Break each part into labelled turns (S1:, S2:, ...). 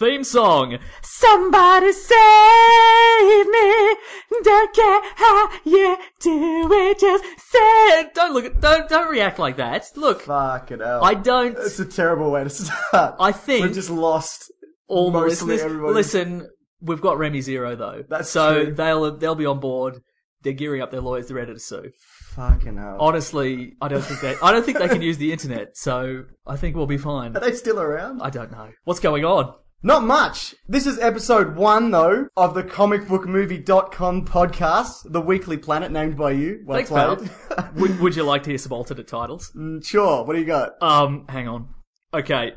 S1: Theme song.
S2: Somebody save me. Don't care how you do it. Just save.
S1: Don't look. at- Don't don't react like that. Look,
S3: Fucking hell.
S1: I don't.
S3: It's a terrible way to start.
S1: I think-
S3: We've just lost.
S1: all the
S3: Mostly
S1: listeners.
S3: everybody-
S1: Listen, we've got Remy Zero though,
S3: That's
S1: so
S3: true.
S1: they'll they'll be on board. They're gearing up their lawyers. They're ready to sue.
S3: Fucking hell.
S1: Honestly, I don't think they I don't think they can use the internet. So I think we'll be fine.
S3: Are they still around?
S1: I don't know what's going on.
S3: Not much. This is episode one, though, of the comicbookmovie.com podcast, the weekly planet named by you. Well
S1: Thanks,
S3: played.
S1: Pat. would, would you like to hear some alternate titles?
S3: Mm, sure, what do you got?
S1: Um, hang on. Okay,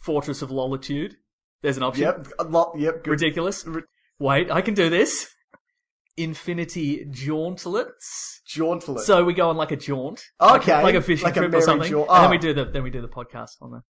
S1: Fortress of Lolitude. There's an option.
S3: yep, a lot, yep, good.
S1: Ridiculous. Wait, I can do this. Infinity Jauntlets.
S3: Jauntlet.
S1: So we go on like a jaunt,
S3: Okay,
S1: like, like a fishing
S3: like a
S1: trip or
S3: merry
S1: something,
S3: jaunt.
S1: and then
S3: Ah.
S1: we do the then we do the podcast on there.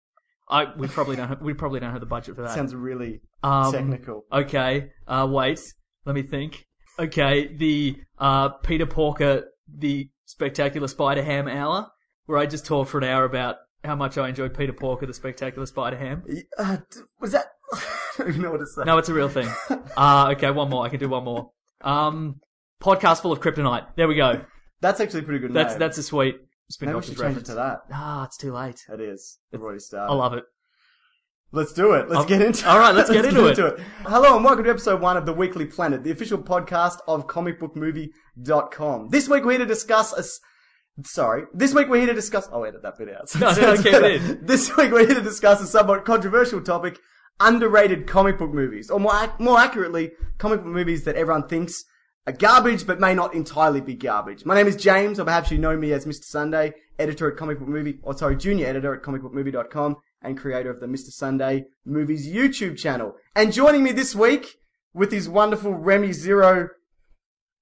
S1: I we probably don't have, we probably don't have the budget for that.
S3: Sounds really
S1: Um,
S3: technical.
S1: Okay, uh, wait, let me think. Okay, the uh, Peter Porker, the Spectacular Spider Ham hour, where I just talk for an hour about how much I enjoy Peter Porker, the Spectacular Spider Ham.
S3: Uh, d- was that. I don't even know what to say.
S1: No, it's a real thing. Uh, okay, one more. I can do one more. Um, podcast full of kryptonite. There we go.
S3: That's actually a pretty good
S1: That's
S3: name.
S1: that's a sweet spin
S3: Maybe we
S1: doctor's
S3: should change it
S1: reference.
S3: to that.
S1: Ah, it's too late.
S3: It is. We've already started.
S1: I love it.
S3: Let's do it. Let's
S1: Oh,
S3: get into it.
S1: all right, let's get into it.
S3: Hello and welcome to episode one of The Weekly Planet, the official podcast of comicbookmovie.com. This week we're here to discuss a s- Sorry. This week we're here to discuss. I'll edit that bit out.
S1: No, no, no, keep it in.
S3: This week we're here to discuss a somewhat controversial topic underrated comic book movies. Or more, ac- more accurately, comic book movies that everyone thinks are garbage but may not entirely be garbage. My name is James, or perhaps you know me as Mr. Sunday, editor at Comic Book Movie, or sorry, junior editor at comicbookmovie.com and creator of the Mr. Sunday Movies YouTube channel. And joining me this week with his wonderful Remy Zero.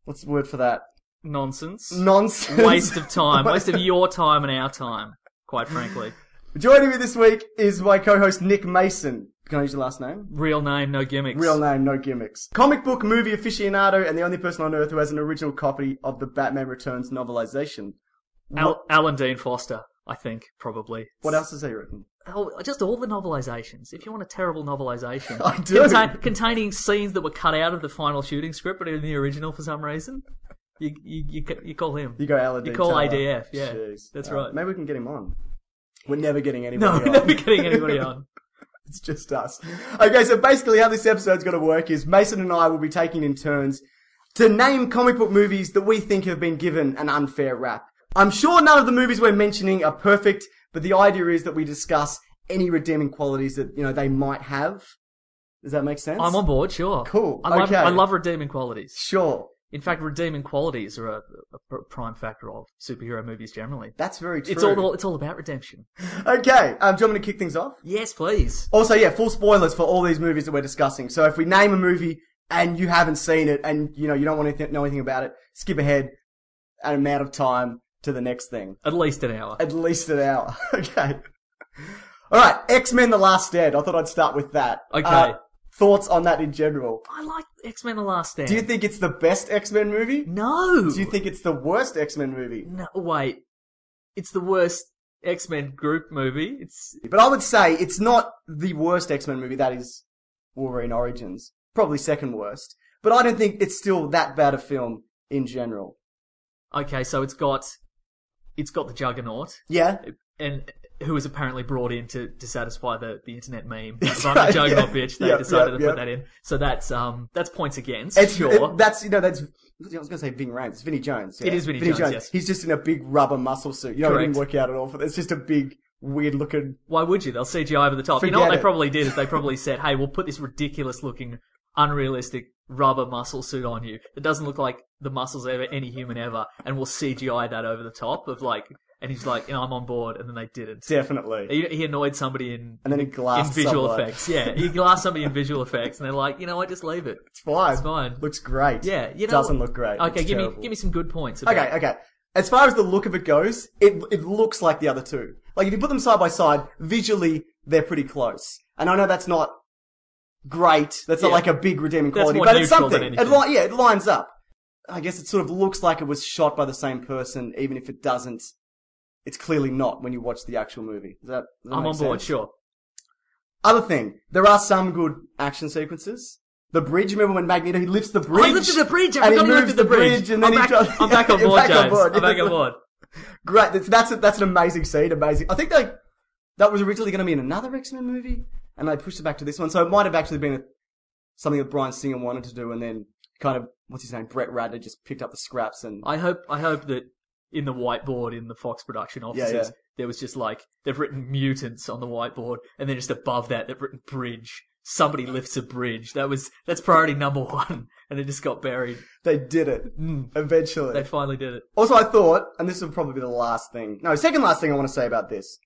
S3: What's the word for that?
S1: Nonsense.
S3: Nonsense.
S1: Waste of time. Waste of your time and our time. Quite frankly.
S3: Joining me this week is my co-host Nick Mason. Can I use your last name?
S1: Real name, no gimmicks.
S3: Real name, no gimmicks. Comic book movie aficionado and the only person on earth who has an original copy of the Batman Returns novelization.
S1: Al- Alan Dean Foster, I think, probably.
S3: What else has he written?
S1: Oh, just all the novelizations. If you want a terrible novelization,
S3: I do.
S1: Contain- containing scenes that were cut out of the final shooting script, but in the original for some reason, you you you, ca- you call him.
S3: You go Alan
S1: You
S3: D.
S1: call
S3: Taylor.
S1: IDF, yeah.
S3: Jeez.
S1: That's
S3: Uh,
S1: right.
S3: Maybe we can get him on. We're never getting anybody
S1: no,
S3: on.
S1: we're never getting anybody on.
S3: It's just us. Okay, so basically how this episode's going to work is Mason and I will be taking in turns to name comic book movies that we think have been given an unfair rap. I'm sure none of the movies we're mentioning are perfect, but the idea is that we discuss any redeeming qualities that, you know, they might have. Does that make sense?
S1: I'm on board, sure.
S3: Cool,
S1: I love
S3: okay.
S1: I love redeeming qualities.
S3: Sure.
S1: In fact, redeeming qualities are a, a pr- prime factor of superhero movies generally.
S3: That's very true.
S1: It's all it's all about redemption.
S3: Okay, um, do you want me to kick things off?
S1: Yes, please.
S3: Also, yeah, full spoilers for all these movies that we're discussing. So if we name a movie and you haven't seen it and, you know, you don't want to th- know anything about it, skip ahead an amount of time to the next thing.
S1: At least an hour.
S3: At least an hour. okay. All right. X-Men The Last Stand. I thought I'd start with that.
S1: Okay.
S3: Uh, thoughts on that in general.
S1: I like X Men: The Last Stand.
S3: Do you think it's the best X-Men movie?
S1: No.
S3: Do you think it's the worst X-Men movie?
S1: No, wait. It's the worst X Men group movie. It's
S3: But I would say it's not the worst X-Men movie. That is Wolverine Origins. Probably second worst. But I don't think it's still that bad a film in general.
S1: okay. So it's got it's got the Juggernaut,
S3: Yeah?
S1: and who was apparently brought in to, to satisfy the, the internet meme.
S3: That's
S1: I'm a
S3: right,
S1: Juggernaut
S3: yeah.
S1: bitch. They
S3: Yeah,
S1: decided
S3: yeah,
S1: to put
S3: yeah.
S1: that in. So that's um that's points against.
S3: It's,
S1: sure.
S3: it- that's, you know, that's, I was going to say Ving Rhames. It's Vinnie Jones. yeah.
S1: It is Vinnie Jones, yes.
S3: He's just in a big rubber muscle suit. You know, it didn't
S1: Correct.
S3: work out at all for that. It's just a big, weird looking,
S1: Why would you? They'll CGI over the top. you know what
S3: Forget
S1: they
S3: it.
S1: probably did is they probably said, "Hey, we'll put this ridiculous looking, unrealistic rubber muscle suit on you that doesn't look like the muscles of any human ever, and we'll CGI that over the top of like." and he's like, "And I'm on board," and then they didn't.
S3: Definitely.
S1: He, he annoyed somebody in
S3: And then he
S1: in
S3: glassed
S1: visual
S3: someone.
S1: effects. Yeah, he glassed somebody in visual effects, and they're like, "You know what? Just leave it."
S3: It's fine.
S1: It's fine.
S3: Looks great.
S1: Yeah, you know,
S3: doesn't look great.
S1: Okay,
S3: It's
S1: give
S3: terrible.
S1: me give me some good points. About
S3: Okay, okay. As far as the look of it goes, it it looks like the other two. Like if you put them side by side, visually they're pretty close. And I know that's not great. That's not
S1: Yeah.
S3: like a big redeeming
S1: That's
S3: quality,
S1: more
S3: but it's
S1: neutral
S3: something.
S1: than
S3: It
S1: anything.
S3: li- yeah, it lines up. I guess it sort of looks like it was shot by the same person, even if it doesn't. It's clearly not when you watch the actual movie. Does that, does that
S1: I'm
S3: make
S1: on board.
S3: sense?
S1: Sure.
S3: Other thing, there are some good action sequences. The bridge. Remember when Magneto he lifts the bridge?
S1: I lifted the bridge. I
S3: and he
S1: forgot he
S3: moves
S1: lifted the bridge.
S3: and then
S1: I'm,
S3: he
S1: back,
S3: tries-
S1: I'm back on
S3: You're
S1: board,
S3: back
S1: James.
S3: on board.
S1: I'm back on
S3: Yes.
S1: board.
S3: Great. That's that's, a, that's an amazing scene. Amazing. I think they that was originally going to be in another X Men movie, and they pushed it back to this one. So it might have actually been a, something that Brian Singer wanted to do, and then kind of what's his name, Brett Ratner, just picked up the scraps and
S1: I hope I hope that in the whiteboard in the Fox production offices
S3: yeah.
S1: there was just like they've written mutants on the whiteboard and then just above that they've written bridge. Somebody lifts a bridge. That was that's priority number one, and it just got buried.
S3: they did it Mm. eventually.
S1: They finally did it.
S3: Also, I thought, and this will probably be the last thing. No, second last thing I want to say about this.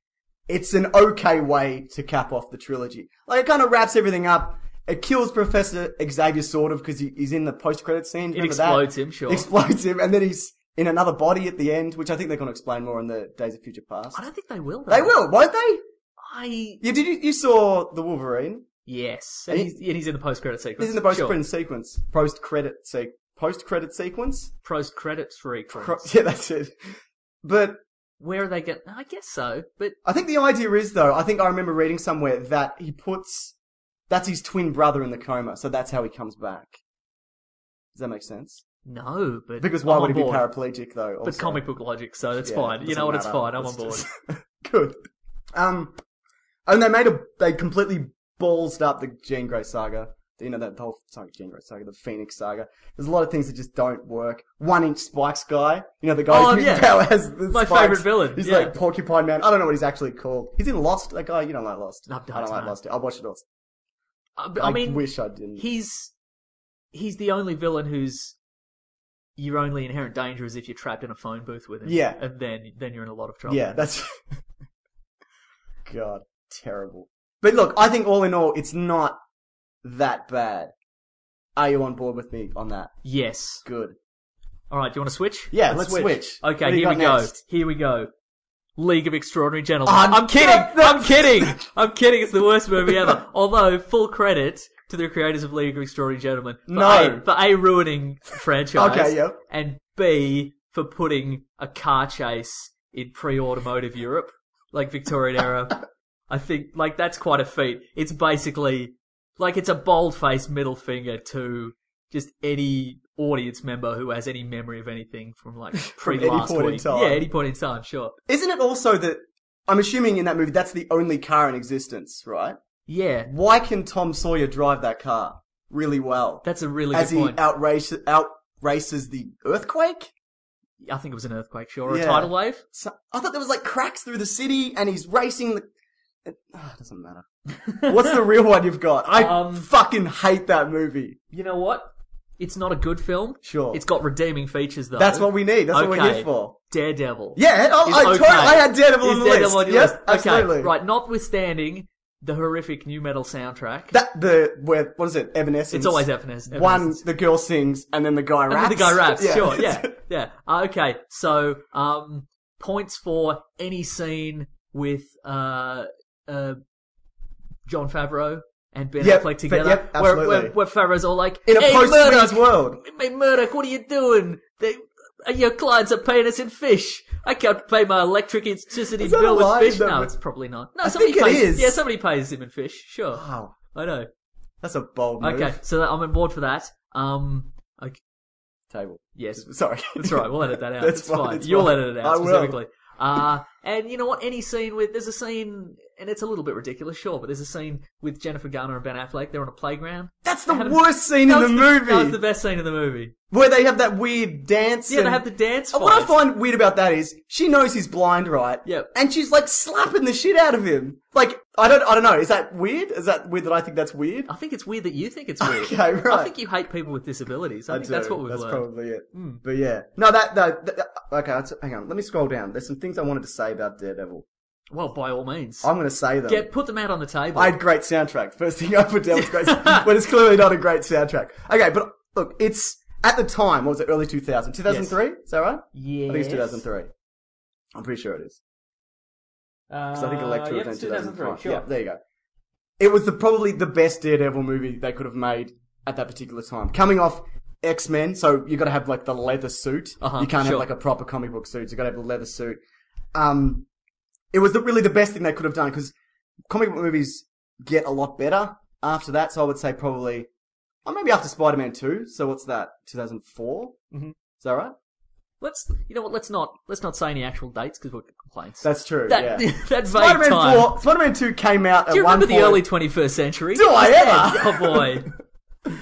S3: It's an okay way to cap off the trilogy. Like, it kind of wraps everything up. It kills Professor Xavier sort of because he, he's in the post-credit scene. Remember
S1: explodes
S3: that?
S1: him, sure.
S3: Explodes him, and then he's in another body at the end, which I think they're going to explain more in the Days of Future Past.
S1: I don't think they will. Though.
S3: They will, won't they?
S1: I
S3: You did. You, you saw the Wolverine.
S1: yes, and he's, and he's in the post credit sequence.
S3: This is in the post-credit sequence. Post-credit se- Post-credit sequence.
S1: Post credits reference.
S3: Pro- yeah, that's it. But
S1: Where are they going? I guess so, but
S3: I think the idea is though, I think I remember reading somewhere that he puts that's his twin brother in the coma, so that's how he comes back. Does that make sense?
S1: no. But
S3: Because why
S1: I'm
S3: would
S1: on
S3: he be
S1: board.
S3: paraplegic though?
S1: But
S3: also?
S1: comic book logic, so that's
S3: Yeah,
S1: fine. You
S3: doesn't
S1: know what? It's
S3: matter.
S1: fine. I'm on board.
S3: It's just- Good. Um and they made a they completely ballsed up the Jean Grey saga. You know that whole sorry, Jean Grey saga, the Phoenix saga. There's a lot of things that just don't work. One inch spikes guy, you know the guy
S1: Oh,
S3: who
S1: yeah.
S3: power has the
S1: My
S3: spikes.
S1: favourite villain,
S3: He's
S1: yeah.
S3: like Porcupine Man. I don't know what he's actually called. He's in Lost. That guy, you don't like Lost.
S1: No, I
S3: I
S1: don't,
S3: don't like
S1: no.
S3: Lost. I watched it all.
S1: I,
S3: I,
S1: Uh, I mean,
S3: wish I didn't.
S1: he's he's the only villain who's your only inherent danger is if you're trapped in a phone booth with him.
S3: Yeah.
S1: and then then you're in a lot of trouble.
S3: Yeah, that's God, terrible. But look, I think all in all, it's not that bad. Are you on board with me on that?
S1: yes.
S3: Good.
S1: All right, do you want to switch?
S3: Yeah, let's switch. What
S1: Okay,
S3: do you
S1: here we
S3: got
S1: go.
S3: next?
S1: Here we go. League of Extraordinary Gentlemen.
S3: Ah,
S1: I'm kidding.
S3: get the-
S1: I'm kidding. I'm kidding. It's the worst movie ever. Although full credit to the creators of League of Extraordinary Gentlemen for
S3: No.
S1: a, for a ruining franchise.
S3: Okay, yep.
S1: And B for putting a car chase in pre-automotive Europe, like Victorian era. I think like that's quite a feat. It's basically like it's a bold-faced middle finger to just any audience member who has any memory of anything from like pre
S3: any
S1: last
S3: point in
S1: week.
S3: time.
S1: Yeah, any point in time, sure.
S3: Isn't it also that I'm assuming in that movie that's the only car in existence, right?
S1: Yeah,
S3: Why can Tom Sawyer drive that car really well?
S1: that's a really
S3: as
S1: good
S3: he
S1: point.
S3: outrace outraces the earthquake.
S1: I think it was an earthquake, sure, or
S3: Yeah.
S1: a tidal wave.
S3: So, I thought there was like cracks through the city, and he's racing the. It ah, it doesn't matter. What's the real one you've got? I
S1: Um,
S3: fucking hate that movie.
S1: You know what? It's not a good film.
S3: Sure.
S1: It's got redeeming features though.
S3: That's what we need. That's what we're
S1: oh, okay.
S3: here for.
S1: Daredevil.
S3: Yeah, oh,
S1: is
S3: I, totally, I had Daredevil
S1: Is
S3: on the
S1: Daredevil
S3: list.
S1: your
S3: yes,
S1: list?
S3: absolutely.
S1: Okay, right. Notwithstanding the horrific new metal soundtrack,
S3: That the where what is it? Evanescence.
S1: It's always Evanescence.
S3: One, the girl sings, and then the guy raps.
S1: And then the guy raps.
S3: Yeah.
S1: Sure. Yeah. Yeah. Uh, okay. So, um, points for any scene with uh, uh, John Favreau and Ben
S3: Yep,
S1: Affleck
S3: fa-
S1: together,
S3: yep,
S1: where, where,
S3: absolutely.
S1: where Favreau's all like,
S3: In a
S1: "Hey,
S3: post
S1: Murdoch,
S3: Swedish world.
S1: Hey, Murdoch, what are you doing? They, uh, your clients are paying us in fish. I can't pay my electric electricity
S3: Is that a
S1: bill with
S3: line?
S1: fish.
S3: No,
S1: No,
S3: but-
S1: it's probably not. No,
S3: I
S1: somebody
S3: think it
S1: pays.
S3: is. Ah.
S1: Yeah, somebody pays him in fish. Sure,
S3: Wow,
S1: I know.
S3: that's a bold move.
S1: Okay, so I'm on board for that. Um, okay,
S3: Table.
S1: yes,
S3: Sorry.
S1: that's right. We'll edit that out.
S3: That's
S1: That's
S3: fine,
S1: fine.
S3: it's
S1: You'll
S3: fine.
S1: edit it
S3: I
S1: out
S3: will.
S1: specifically. Uh, and you know what? Any scene with there's a scene, and it's a little bit ridiculous, sure, but there's a scene with Jennifer Garner and Ben Affleck. They're on a playground.
S3: That's the
S1: Adam-
S3: worst scene in
S1: That
S3: the
S1: was
S3: movie.
S1: That was the best scene in the movie.
S3: Where they have that weird dance.
S1: Yeah,
S3: and-
S1: they have the dance.
S3: And what I
S1: fight.
S3: find weird about that is she knows he's blind, right?
S1: Yep.
S3: And she's like slapping the shit out of him. Like I don't. I don't know. Is that weird? Is that weird that I think that's weird?
S1: I think it's weird that you think it's weird.
S3: Okay, right.
S1: I think you hate people with disabilities. I, think
S3: do.
S1: that's what we've
S3: That's
S1: learned. Hmm.
S3: probably it. But yeah, no, that that, that okay. That's, hang on, let me scroll down. There's some things I wanted to say about Daredevil.
S1: Well, by all means,
S3: I'm going to say them.
S1: get put them out on the table.
S3: I had great soundtrack. First thing I put down was great, but it's clearly not a great soundtrack. Okay, but look, it's at the time. What was it? Early 2000, 2003? Is that right?
S1: Yes.
S3: I think it's 2003. I'm pretty sure it is.
S1: Because
S3: Because I think Electro
S1: Uh, yep,
S3: was in
S1: 2003.
S3: 2005.
S1: Sure.
S3: Yeah, there you go. It was the probably the best Daredevil movie they could have made at that particular time. Coming off X Men, so you got to have like the leather suit.
S1: Uh-huh,
S3: you can't
S1: sure.
S3: have like a proper comic book suit. You got to have the leather suit. Um, it was the, really the best thing they could have done because comic book movies get a lot better after that. So I would say probably, or maybe after Spider Man Two. So what's that? 2004. Mm-hmm. Is that right?
S1: Let's, you know what? Let's not let's not say any actual dates because we'll get complaints.
S3: That's true.
S1: that
S3: yeah.
S1: that vague
S3: Spider-Man
S1: time.
S3: 4, Spider-Man 2 came out at
S1: Do you
S3: one
S1: remember
S3: point.
S1: the early 21st century?
S3: Do I ever?
S1: Oh boy.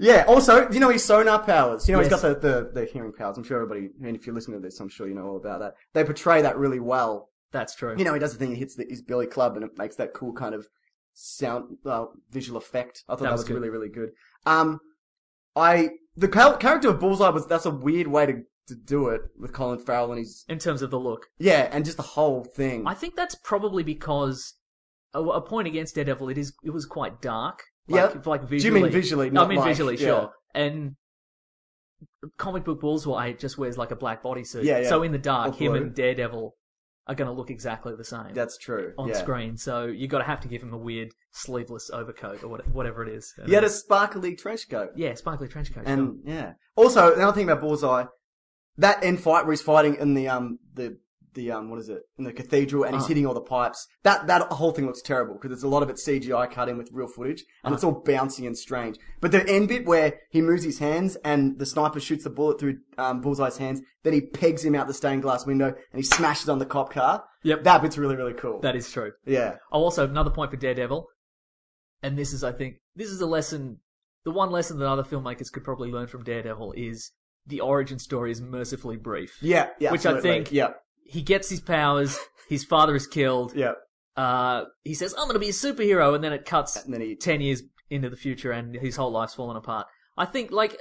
S3: Yeah. Also, you know his sonar powers. You know he's
S1: Yes.
S3: got the, the the hearing powers. I'm sure everybody, and if you're listening to this, I'm sure you know all about that. They portray that really well.
S1: That's true.
S3: You know, he does the thing. He hits the, his belly club, and it makes that cool kind of sound uh, visual effect. I thought that,
S1: was
S3: was,
S1: good.
S3: really really good. Um, I the char- character of Bullseye was that's a weird way to to do it with Colin Farrell and his
S1: in terms of the look,
S3: yeah, and just the whole thing.
S1: I think that's probably because a, a point against Daredevil, it is it was quite dark. Like,
S3: Yep.
S1: like
S3: Do
S1: visually.
S3: you mean visually,
S1: No, I
S3: not
S1: mean
S3: like-
S1: visually,
S3: yeah.
S1: sure. And comic book Bullseye just wears like a black bodysuit.
S3: Yeah, yeah.
S1: So in the dark,
S3: Or
S1: him
S3: blue.
S1: and Daredevil are going to look exactly the same
S3: that's true.
S1: on
S3: yeah.
S1: screen. So you got to have to give him a weird sleeveless overcoat or what, whatever it is.
S3: He had a sparkly trench coat.
S1: yeah, sparkly trench coat. sure.
S3: And yeah. Also, another thing about Bullseye, that end fight where he's fighting in the um the the um what is it in the cathedral and he's
S1: Uh.
S3: hitting all the pipes. That that whole thing looks terrible because there's a lot of it CGI cut in with real footage
S1: Uh.
S3: and it's all bouncy and strange. But the end bit where he moves his hands and the sniper shoots the bullet through um, Bullseye's hands, then he pegs him out the stained glass window and he smashes on the cop car.
S1: Yep.
S3: That bit's really really cool.
S1: That is true.
S3: yeah.
S1: Oh, also another point for Daredevil, and this is, I think, this is a lesson. The one lesson that other filmmakers could probably learn from Daredevil is the origin story is mercifully brief.
S3: Yeah, yeah,
S1: Which I
S3: absolutely.
S1: think-
S3: yeah,
S1: He gets his powers. His father is killed.
S3: yeah,
S1: Uh, he says, "I'm going to be a superhero," and then it cuts
S3: And then he-
S1: ten years into the future, and his whole life's fallen apart. I think, like,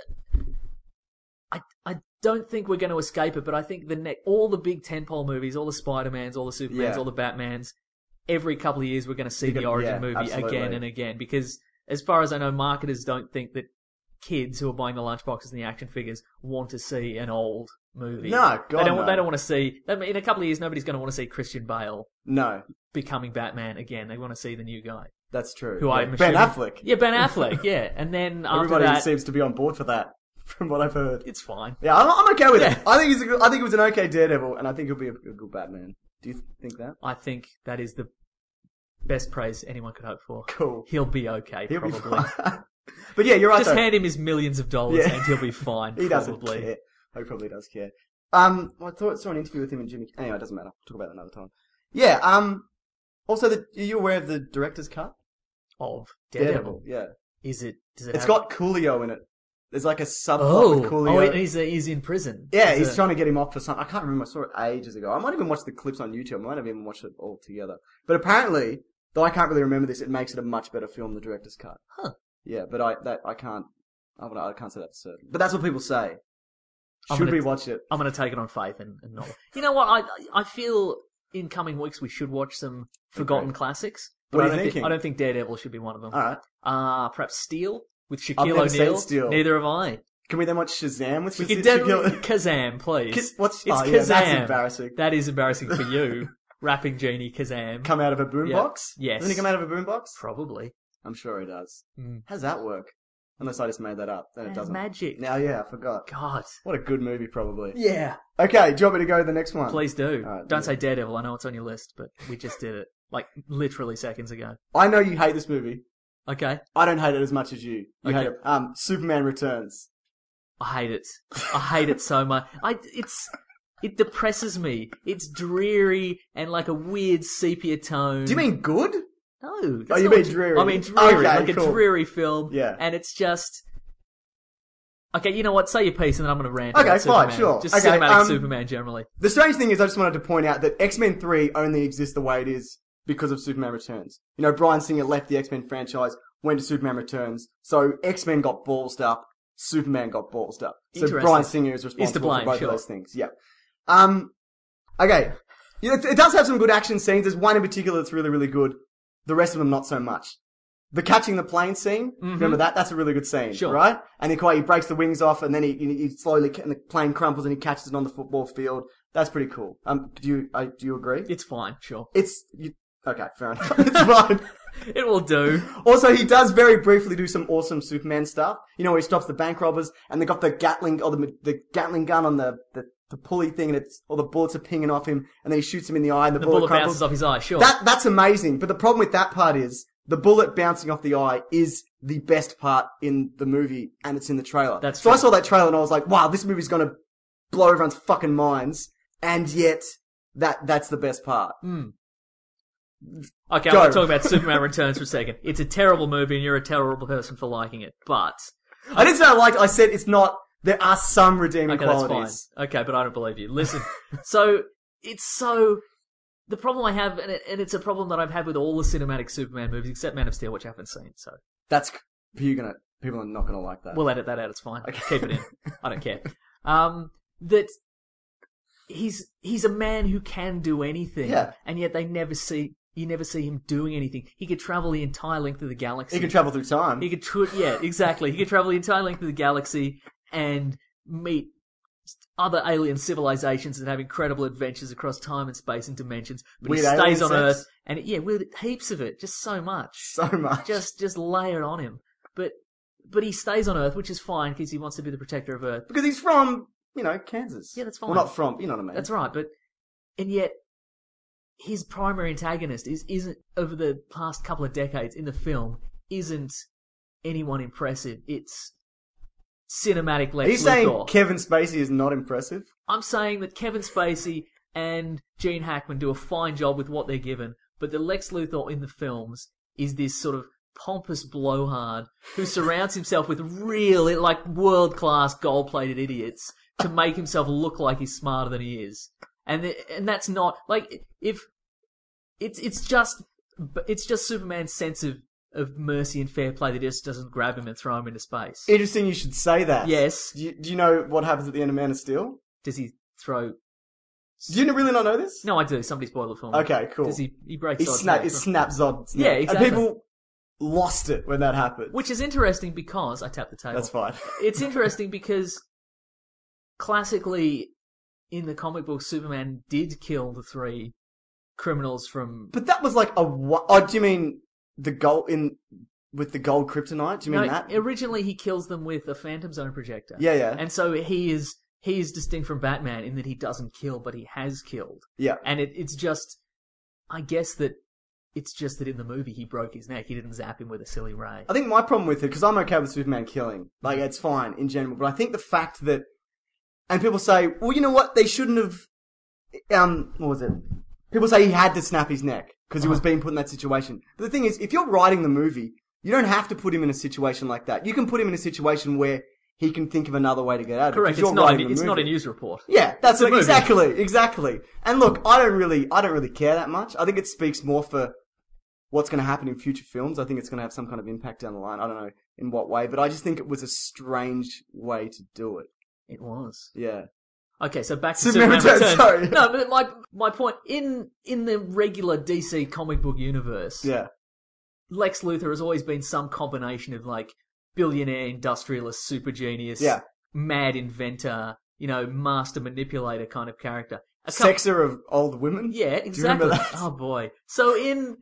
S1: I I don't think we're going to escape it, but I think the ne- all the big tentpole movies, all the Spider Mans, all the Supermans,
S3: Yeah.
S1: all the Batmans, every couple of years we're going to see the
S3: gonna-
S1: origin
S3: yeah,
S1: movie
S3: absolutely.
S1: again and again because, as far as I know, marketers don't think that kids who are buying the lunchboxes and the action figures want to see an old movie.
S3: No,
S1: they
S3: God,
S1: don't.
S3: no.
S1: They don't want to see. I mean, in a couple of years, nobody's going to want to see Christian Bale
S3: no,
S1: becoming Batman again. They want to see the new guy,
S3: that's true.
S1: who
S3: yeah.
S1: I'm
S3: Ben
S1: assuming-
S3: Affleck.
S1: Yeah, Ben Affleck. Yeah, and then after
S3: Everybody
S1: that,
S3: seems to be on board for that, from what I've heard.
S1: it's fine.
S3: Yeah, I'm, I'm okay with
S1: Yeah.
S3: it. I think he's a good, I think he was an okay Daredevil, and I think he'll be a, a good Batman. Do you th- think that?
S1: I think that is the best praise anyone could hope for.
S3: Cool.
S1: He'll be okay.
S3: He'll
S1: probably.
S3: be fine. but yeah, you're right.
S1: Just
S3: though.
S1: hand him his millions of dollars,
S3: Yeah.
S1: and he'll be fine.
S3: he doesn't
S1: probably.
S3: care. He probably does care. Um, I thought I saw an interview with him and Jimmy. Anyway, it doesn't matter. We'll talk about that another time. Yeah. Um. Also, the, are you aware of the director's cut?
S1: Of Daredevil,
S3: Yeah.
S1: is it? Does it?
S3: It's
S1: have...
S3: got Coolio in it. There's like a subplot
S1: oh,
S3: with Coolio.
S1: oh, it- he's he's in prison.
S3: Yeah,
S1: It's
S3: he's
S1: a-
S3: trying to get him off for something. I can't remember. I saw it ages ago. I might even watch the clips on YouTube. I might have even watched it all together. But apparently, though I can't really remember this, it makes it a much better film, the director's cut.
S1: Huh.
S3: Yeah, but I that I can't. I, don't, I can't say that for certain. But that's what people say.
S1: I'm
S3: Should
S1: gonna-
S3: we watch it?
S1: I'm going to take it on faith and, and not. You know what? I I feel in coming weeks we should watch some forgotten classics. But
S3: What
S1: I
S3: are you
S1: don't, think,
S3: thinking?
S1: I don't think Daredevil should be one of them.
S3: All right.
S1: Uh, perhaps Steel with
S3: I've
S1: Shaquille
S3: never seen
S1: O'Neal.
S3: Steel.
S1: Neither have I.
S3: Can we then watch Shazam with
S1: We
S3: Shaz-
S1: could definitely
S3: Shaquille-
S1: Kazam, please.
S3: Ki- what's-
S1: it's
S3: oh,
S1: Kazam?
S3: yeah, that's embarrassing.
S1: That is embarrassing for you, rapping genie Kazam.
S3: come out of a boombox?
S1: Yes.
S3: Doesn't he come out of a boombox?
S1: Probably.
S3: I'm sure he does.
S1: Mm.
S3: How does that work? Unless I just made that up, then it
S1: That's
S3: doesn't.
S1: magic.
S3: Now, yeah, I forgot.
S1: God.
S3: What a good movie, probably.
S1: Yeah.
S3: Okay, do you want me to go to the next one?
S1: Please do.
S3: All right,
S1: Don't
S3: then.
S1: say Daredevil. I know it's on your list, but we just did it like literally seconds ago.
S3: I know you hate this movie.
S1: Okay.
S3: I don't hate it as much as you. You
S1: Okay.
S3: hate it. Um, Superman Returns.
S1: I hate it. I hate it so much. I it's it depresses me. It's dreary and like a weird sepia tone.
S3: Do you mean good?
S1: No. that's
S3: Oh,
S1: not
S3: you mean
S1: what
S3: dreary.
S1: I mean dreary,
S3: Okay,
S1: like a
S3: cool.
S1: dreary film.
S3: Yeah.
S1: And it's just. Okay, you know what? Say your piece, and then I'm going to rant.
S3: Okay,
S1: about
S3: fine,
S1: Superman.
S3: sure.
S1: Just
S3: Okay,
S1: cinematic
S3: um,
S1: Superman generally.
S3: The strange thing is, I just wanted to point out that X Men Three only exists the way it is because of Superman Returns. You know, Brian Singer left the X-Men franchise, went to Superman Returns, so X-Men got ballsed up, Superman got ballsed up. So
S1: Interesting.
S3: Brian Singer is responsible
S1: blame,
S3: for both
S1: sure.
S3: of those things. Yeah. Um, okay. Yeah, It, it does have some good action scenes. There's one in particular that's really, really good. The rest of them, not so much. The catching the plane scene, remember that? That's a really good scene,
S1: Mm-hmm. Sure.
S3: right? And he quite he breaks the wings off, and then he, he, he slowly and the plane crumples, and he catches it on the football field. That's pretty cool. Um, do you I, do you agree?
S1: It's fine, sure.
S3: It's you, okay, fair enough. It's fine.
S1: It will do.
S3: Also, he does very briefly do some awesome Superman stuff. You know, where he stops the bank robbers, and they got the Gatling or the the Gatling gun on the the, the pulley thing, and it's all the bullets are pinging off him, and then he shoots him in the eye, and the,
S1: The
S3: bullet,
S1: bullet
S3: crumples.
S1: bounces off his eye, sure.
S3: That that's amazing. But the problem with that part is the bullet bouncing off the eye is the best part in the movie, and it's in the trailer.
S1: That's
S3: so. I
S1: true.
S3: saw that trailer and I was like, wow, this movie's gonna blow everyone's fucking minds. And yet, that that's the best part.
S1: Hmm. Okay,
S3: Go.
S1: I want to talk about Superman Returns for a second. It's a terrible movie, and you're a terrible person for liking it. But
S3: I didn't say I liked. it, I said it's not. There are some redeeming
S1: okay,
S3: qualities.
S1: that's fine. Okay, but I don't believe you. Listen, so it's so the problem I have, and, it, and it's a problem that I've had with all the cinematic Superman movies except Man of Steel, which I haven't seen. So
S3: That's you gonna people are not gonna like that.
S1: We'll edit that out. It's fine. Keep it in. I don't care. Um, that he's he's a man who can do anything,
S3: Yeah.
S1: and yet they never see you never see him doing anything. He could travel the entire length of the galaxy.
S3: he can travel through time.
S1: He could tra- yeah, exactly. He could travel the entire length of the galaxy and meet other alien civilizations and have incredible adventures across time and space and dimensions. But he
S3: Weird
S1: stays
S3: alien
S1: on
S3: sex?
S1: Earth, and yeah, with heaps of it, just so much
S3: so much.
S1: just just layer it on him. But but he stays on Earth, which is fine because he wants to be the protector of Earth.
S3: because he's from you know Kansas.
S1: Yeah, that's
S3: Well,
S1: fine.
S3: not from. You know what I mean.
S1: That's right. But and yet his primary antagonist is isn't over the past couple of decades in the film isn't anyone impressive. It's cinematic
S3: Are you
S1: Lex
S3: saying
S1: Luthor.
S3: Kevin Spacey is not impressive?
S1: I'm saying that Kevin Spacey and Gene Hackman do a fine job with what they're given, but the Lex Luthor in the films is this sort of pompous blowhard who surrounds himself with really like world class gold plated idiots to make himself look like he's smarter than he is, and th- and that's not like if it's it's just it's just Superman's sense of of mercy and fair play that just doesn't grab him and throw him into space.
S3: Interesting. You should say that.
S1: Yes.
S3: Do you, do you know what happens at the end of Man of Steel?
S1: Does he throw?
S3: Do you really not know this?
S1: No, I do. Somebody spoil it for me.
S3: Okay. Cool.
S1: Does he? He breaks.
S3: He
S1: Zod's
S3: snap.
S1: neck.
S3: It snaps on. its
S1: Yeah,
S3: neck.
S1: exactly.
S3: And people lost it when that happened.
S1: Which is interesting because I tapped the table.
S3: That's fine.
S1: It's interesting because classically in the comic book, Superman did kill the three criminals from.
S3: But that was like a. wa- Oh, do you mean the gold in with the gold kryptonite? Do you mean
S1: No,
S3: that?
S1: Originally, he kills them with a Phantom Zone projector.
S3: Yeah, yeah.
S1: And so he is he is distinct from Batman in that he doesn't kill, but he has killed.
S3: yeah.
S1: And it, it's just, I guess that it's just that in the movie he broke his neck. He didn't zap him with a silly ray.
S3: I think my problem with it, because I'm okay with Superman killing, like it's fine in general, but I think the fact that, and people say, well, you know what, they shouldn't have, um, what was it? People say he had to snap his neck because
S1: Uh-huh.
S3: he was being put in that situation. But the thing is, if you're writing the movie, you don't have to put him in a situation like that. You can put him in a situation where he can think of another way to get out of
S1: Correct.
S3: it. 'cause you're
S1: It's not.
S3: writing
S1: A,
S3: the
S1: it's not
S3: movie.
S1: a news report.
S3: Yeah, that's
S1: movie.
S3: exactly, exactly. And look, I don't really, I don't really care that much. I think it speaks more for what's going to happen in future films. I think it's going to have some kind of impact down the line. I don't know in what way, but I just think it was a strange way to do it.
S1: It was.
S3: Yeah,
S1: Okay, so back to
S3: Superman
S1: Superman,
S3: Returns,
S1: Returns.
S3: sorry.
S1: No, but my my point in in the regular DC comic book universe,
S3: yeah,
S1: Lex Luthor has always been some combination of like billionaire industrialist, super genius,
S3: Yeah.
S1: mad inventor, you know, master manipulator kind of character. A couple-
S3: sexer of old women.
S1: yeah,
S3: Do you remember
S1: exactly.
S3: that?
S1: Oh boy. So in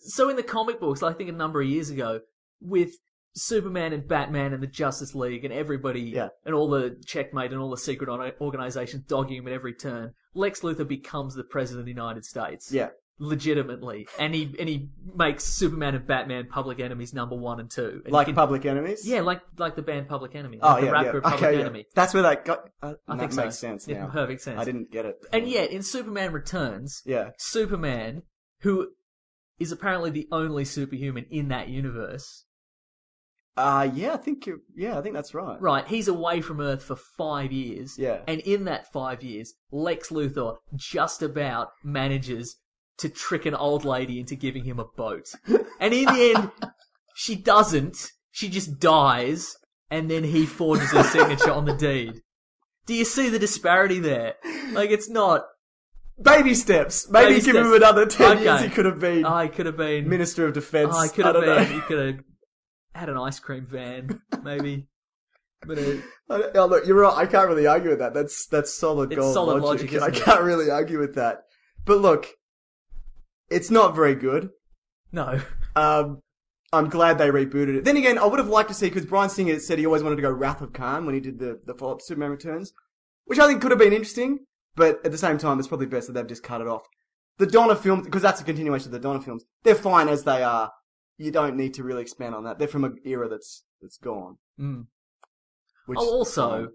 S1: so in the comic books, I think a number of years ago, with Superman and Batman and the Justice League and everybody
S3: Yeah.
S1: and all the checkmate and all the secret on- organizations dogging him at every turn, Lex Luthor becomes the president of the United States.
S3: Yeah,
S1: Legitimately. And he and he makes Superman and Batman public enemies number one and two. And
S3: like
S1: you can-
S3: Public Enemies.
S1: Yeah, like like the band Public Enemy.
S3: Oh
S1: like the
S3: yeah,
S1: rap
S3: yeah.
S1: group
S3: Okay,
S1: Public
S3: yeah.
S1: Enemy.
S3: That's where that got. Uh,
S1: I
S3: that
S1: think
S3: makes
S1: so.
S3: sense
S1: Yeah,
S3: now.
S1: perfect sense.
S3: I didn't get it.
S1: And yet, in Superman Returns,
S3: Yeah.
S1: Superman, who is apparently the only superhuman in that universe,
S3: Uh, yeah, I think you. Yeah, I think that's right.
S1: right? He's away from Earth for five years,
S3: Yeah.
S1: And in that five years, Lex Luthor just about manages to trick an old lady into giving him a boat. And in the end, she doesn't. She just dies, and then he forges her signature on the deed. Do you see the disparity there? Like, it's not.
S4: Baby steps. Maybe
S1: Baby
S4: give him
S1: steps.
S4: another ten years.
S1: Okay.
S4: He could have been
S1: I could have been.
S4: minister of defense.
S1: I could
S4: Oh, I
S1: have
S4: don't know.
S1: Oh, been. You could have had an ice cream van, maybe. But uh,
S4: I don't- Oh, look, you're right. I can't really argue with that. That's that's solid
S1: It's
S4: gold
S1: solid
S4: logic.
S1: logic, isn't
S4: I
S1: it?
S4: can't really argue with that. But look, it's not very good.
S1: no.
S4: Um, I'm glad they rebooted it. Then again, I would have liked to see because Brian Singer said he always wanted to go Wrath of Khan when he did the the follow up Superman Returns, which I think could have been interesting. But at the same time, it's probably best that they've just cut it off. The Donna films, because that's a continuation of the Donna films. They're fine as they are. You don't need to really expand on that. They're from an era that's that's gone.
S1: Mm.
S4: Which,
S1: Oh, also,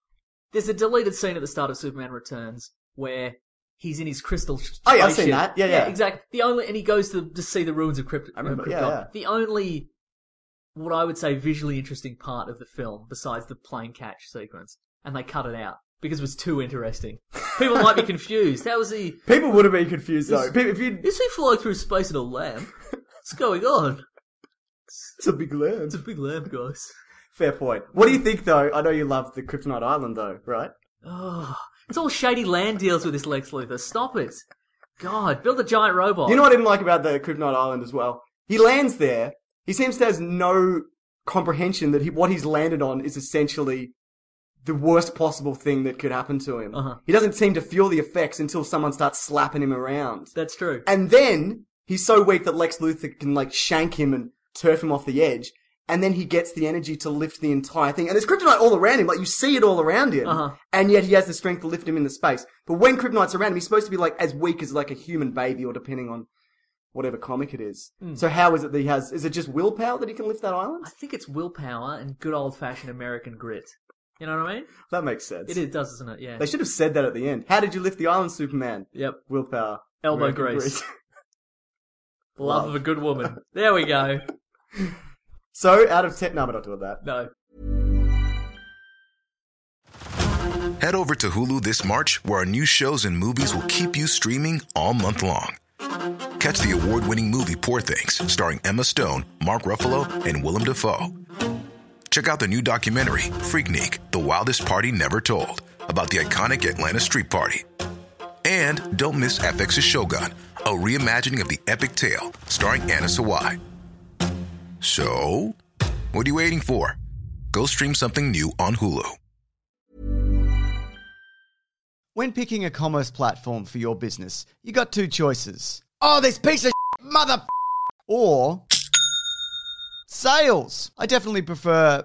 S1: there's a deleted scene at the start of Superman Returns where he's in his crystal. sh-
S4: Oh, yeah, I've
S1: spaceship.
S4: seen that. Yeah, yeah.
S1: exactly. The only and he goes to to see the ruins of Crypt- of
S4: remember,
S1: Krypton.
S4: yeah, yeah.
S1: The only what I would say visually interesting part of the film, besides the plane catch sequence, and they cut it out because it was too interesting. People might be confused. That was the
S4: people would have been confused though.
S1: This-
S4: Pe- If you,
S1: is he flying through space in a lamp? What's going on?
S4: it's a big land.
S1: It's a big lamp, guys.
S4: Fair point. What do you think though? I know you love the Kryptonite Island though, right?
S1: Oh, it's all shady land deals with this Lex Luthor. Stop it. God, build a giant robot.
S4: You know what I didn't like about the Kryptonite Island as well? He lands there. He seems to have no comprehension that he, what he's landed on is essentially the worst possible thing that could happen to him.
S1: Uh-huh.
S4: He doesn't seem to feel the effects until someone starts slapping him around.
S1: That's true.
S4: And then he's so weak that Lex Luthor can like shank him and turf him off the edge. And then he gets the energy to lift the entire thing. And there's kryptonite all around him. Like you see it all around him.
S1: Uh-huh.
S4: And yet he has the strength to lift him in the space. But when kryptonite's around him, he's supposed to be like as weak as like a human baby or depending on whatever comic it is.
S1: Hmm.
S4: So how is it that he has, is it just willpower that he can lift that island?
S1: I think it's willpower and good old fashioned American grit. You know what I mean?
S4: That makes sense.
S1: It is, does, doesn't it? Yeah.
S4: They should have said that at the end. How did you lift the island, Superman?
S1: Yep.
S4: Willpower.
S1: Elbow
S4: American
S1: grease.
S4: grit.
S1: Love of a good woman. There we go.
S4: so out of 10, no, we're not doing that.
S1: No.
S5: Head over to Hulu this March, where our new shows and movies will keep you streaming all month long. Catch the award winning movie Poor Things, starring Emma Stone, Mark Ruffalo, and Willem Dafoe. Check out the new documentary, Freaknik The Wildest Party Never Told, about the iconic Atlanta Street Party. And don't miss FX's Shogun, a reimagining of the epic tale, starring Anna Sawai. So, what are you waiting for? Go stream something new on Hulu.
S3: When picking a commerce platform for your business, you got two choices. Oh, this piece of shit, mother f- or sales. I definitely prefer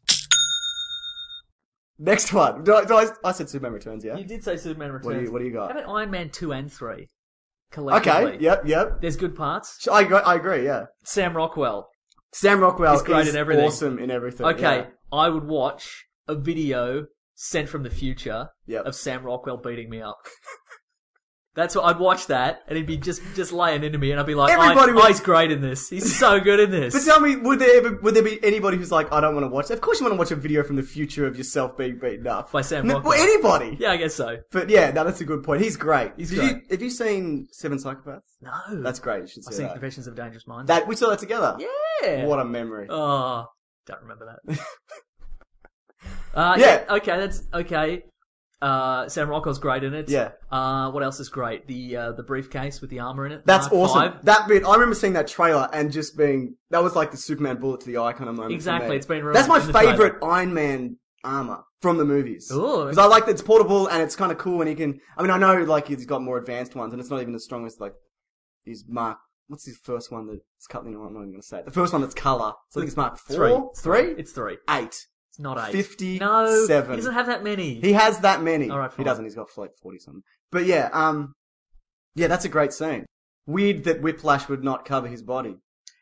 S3: Next one. Do I, do I, I said Superman Returns, yeah?
S1: You did say Superman Returns.
S3: What do you- what do you got?
S1: How about Iron Man 2 and 3? Collectively.
S3: Okay, yep, yep.
S1: There's good parts.
S3: I, agree- I agree, yeah.
S1: Sam Rockwell.
S3: Sam Rockwell
S1: He's great
S3: is
S1: in everything.
S3: awesome in everything.
S1: Okay,
S3: yeah.
S1: I would watch a video sent from the future
S3: Yep.
S1: of Sam Rockwell beating me up. That's what I'd watch that, and he'd be just just laying into me, and I'd be like,
S3: Everybody
S1: I,
S3: would-
S1: "I's great in this. He's so good in
S3: But
S1: this."
S3: tell me, would there ever would there be anybody who's like, I don't want to watch? That? Of course, you want to watch a video from the future of yourself being beaten up
S1: By Sam
S3: No,
S1: Rockwell.
S3: well, anybody.
S1: yeah, I guess so.
S3: But yeah, no, that's a good point. He's great.
S1: He's
S3: Did You,
S1: great.
S3: have you seen Seven Psychopaths?
S1: No,
S3: That's great. You should
S1: I've
S3: see
S1: seen
S3: that.
S1: Confessions of a Dangerous Mind.
S3: That we saw that together.
S1: yeah.
S3: What a memory.
S1: Oh, don't remember that. uh,
S3: Yeah.
S1: yeah. Okay, that's okay. Uh, Sam Rockwell's great in it.
S3: Yeah.
S1: Uh, what else is great? The uh, the briefcase with the armor in it.
S3: That's
S1: Mark
S3: awesome.
S1: V.
S3: That bit, I remember seeing that trailer and just being, that was like the Superman bullet to the eye kind of moment. for
S1: Exactly,
S3: me.
S1: it's been ruined
S3: That's my
S1: in the trailer.
S3: favorite Iron Man armor from the movies.
S1: Ooh.
S3: Because I like that it's portable and it's kind of cool and he can, I mean, I know like he's got more advanced ones and it's not even the strongest, like, his Mark, what's his first one that's cut, you know, I'm not even going to say it. The first one that's color. So I think it's Mark 4?
S1: Three. It's three.
S3: Eight.
S1: It's not eight.
S3: 57.
S1: No, he doesn't have that many.
S3: He has that many.
S1: All right,
S3: he
S1: fine.
S3: doesn't. He's got like forty something. But yeah, um, yeah, that's a great scene. Weird that Whiplash would not cover his body.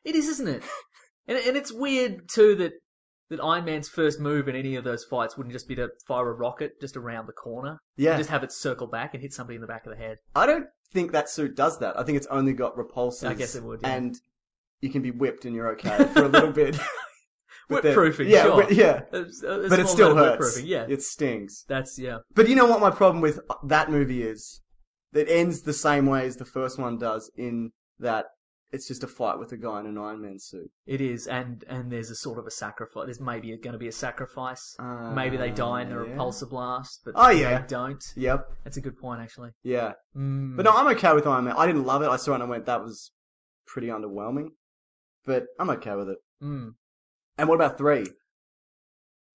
S1: it is, isn't it? And and it's weird too that that Iron Man's first move in any of those fights wouldn't just be to fire a rocket just around the corner.
S3: Yeah.
S1: Just have it circle back and hit somebody in the back of the head.
S3: I don't think that suit does that. I think it's only got repulsors.
S1: I guess it would, yeah.
S3: And you can be whipped and you're okay for a little bit. But
S1: Whip proofing.
S3: yeah,
S1: sure.
S3: whi- yeah.
S1: A- a- a
S3: but
S1: small
S3: it still
S1: amount of whip
S3: hurts.
S1: proofing, Yeah.
S3: It stings.
S1: That's yeah.
S3: But you know what my problem with that movie is? It ends the same way as the first one does in that it's just a fight with a guy in an Iron Man suit.
S1: It is, and and there's a sort of a sacrifice. There's maybe going to be a sacrifice. maybe they die in a
S3: Ah, yeah.
S1: repulsor blast, but
S3: Oh, yeah.
S1: they don't.
S3: Yep.
S1: That's a good point, actually.
S3: Yeah.
S1: Mm.
S3: But no, I'm okay with Iron Man. I didn't love it. I saw it and I went, that was pretty underwhelming. But I'm okay with it.
S1: Mm.
S3: And what about three?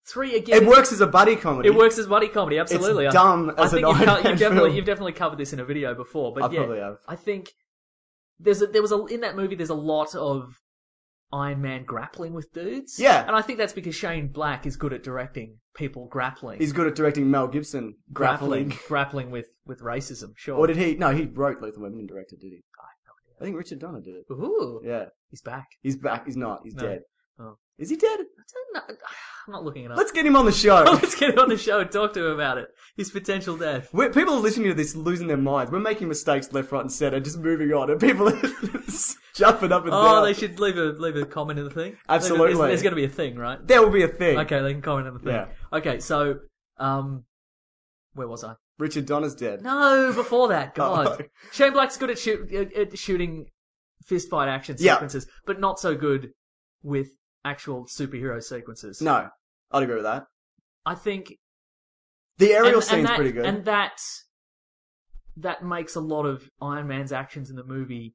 S1: Three again.
S3: It works as a buddy comedy.
S1: It works as buddy comedy, absolutely. I-
S3: dumb
S1: I,
S3: as
S1: think
S3: an
S1: you've,
S3: Iron
S1: co- you've
S3: Man
S1: definitely
S3: film.
S1: you've definitely covered this in a video before, but
S3: I
S1: yeah,
S3: probably have.
S1: I think there's a, there was a in that movie there's a lot of Iron Man grappling with dudes.
S3: Yeah.
S1: and I think that's because Shane Black is good at directing people grappling.
S3: He's good at directing Mel Gibson grappling.
S1: grappling grappling with with racism. Sure.
S3: or did he? No, he wrote Lethal Weapon and directed, did he? I think Richard Donner did it.
S1: Ooh,
S3: Yeah.
S1: he's back.
S3: He's back. He's not. He's
S1: No.
S3: dead.
S1: Oh.
S3: Is he dead?
S1: I don't know. I'm not looking it up.
S3: Let's get him on the show.
S1: Let's get him on the show and talk to him about it. His potential death.
S3: We're, people are listening to this losing their minds. We're making mistakes left, right, and centre, just moving on. And people are jumping up and down.
S1: Oh, they should leave a leave a comment in the thing.
S3: Absolutely.
S1: There's, there's going to be a thing, right?
S3: There will be a thing.
S1: Okay, they can comment on the thing.
S3: Yeah.
S1: Okay, so um, where was I?
S3: Richard Donner's dead.
S1: No, before that, God.
S3: no.
S1: Shane Black's good at, shoot, at, at shooting fist fight action
S3: Yeah.
S1: sequences, but not so good with actual superhero sequences.
S3: No, I'd agree with that.
S1: I think
S3: The aerial scene's
S1: that,
S3: pretty good.
S1: And that that makes a lot of Iron Man's actions in the movie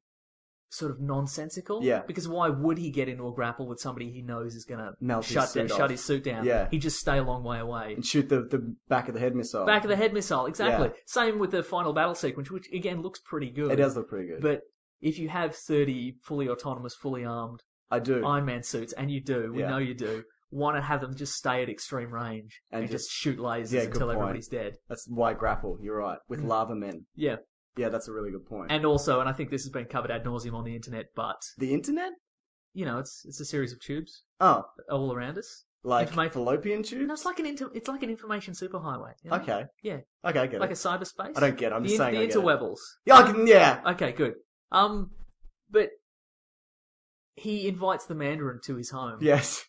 S1: sort of nonsensical.
S3: Yeah.
S1: Because why would he get into a grapple with somebody he knows is gonna
S3: Melt his
S1: shut
S3: suit
S1: da-
S3: off.
S1: shut his suit down?
S3: Yeah.
S1: He'd just stay a long way away.
S3: and shoot the, the back of the head missile.
S1: Back of the head missile, exactly.
S3: Oh. Yeah.
S1: Same with the final battle sequence, which again looks pretty good.
S3: It does look pretty good.
S1: But if you have thirty fully autonomous, fully armed
S3: I do.
S1: Iron Man suits, and you do, we
S3: Yeah.
S1: know you do, why not have them just stay at extreme range
S3: And
S1: and,
S3: just-
S1: just, shoot lasers
S3: Yeah, good
S1: until
S3: point.
S1: everybody's dead?
S3: That's why grapple. You're right.
S1: Mm.
S3: With lava men.
S1: Yeah.
S3: Yeah, that's a really good point.
S1: and also, and I think this has been covered ad nauseum on the internet, but
S3: the internet?
S1: you know, it's it's a series of tubes
S3: Oh,
S1: all around us.
S3: like
S1: Information-
S3: fallopian
S1: No,
S3: tubes?
S1: it's like an inter- it's like an information superhighway. you know?
S3: Okay.
S1: Yeah,
S3: Okay, I get
S1: like a
S3: it.
S1: cyberspace.
S3: I don't get it, I'm
S1: the,
S3: just saying
S1: the
S3: I get it.
S1: interwebbles.
S3: yeah, I can, yeah.
S1: Okay, good. Um, but he invites the Mandarin to his home.
S3: Yes.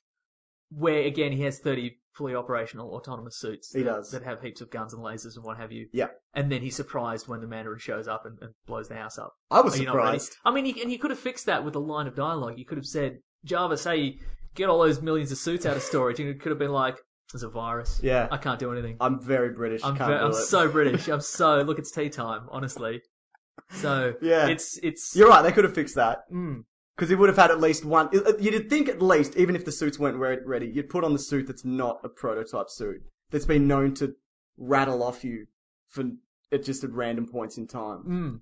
S1: where again he has thirty fully operational autonomous suits.
S3: He
S1: that,
S3: does.
S1: that have heaps of guns and lasers and what have you.
S3: Yeah.
S1: and then he's surprised when the Mandarin shows up and, and blows the house up.
S3: I was
S1: Are you not ready?
S3: surprised.
S1: I mean, you, and you could have fixed that with a line of dialogue. You could have said, "Jarvis, hey, get all those millions of suits out of storage," and it could have been like, "There's a virus.
S3: Yeah.
S1: I can't do anything.
S3: I'm very British.
S1: I'm,
S3: can't
S1: ve-
S3: do
S1: I'm
S3: it.
S1: so British. I'm so look. It's tea time, honestly. So
S3: Yeah.
S1: it's it's
S3: You're right, they could have fixed that.
S1: Mm.
S3: Because he would have had at least one. You'd think at least, even if the suits weren't re- ready, you'd put on the suit that's not a prototype suit that's been known to rattle off you for at just at random points in time.
S1: Mm.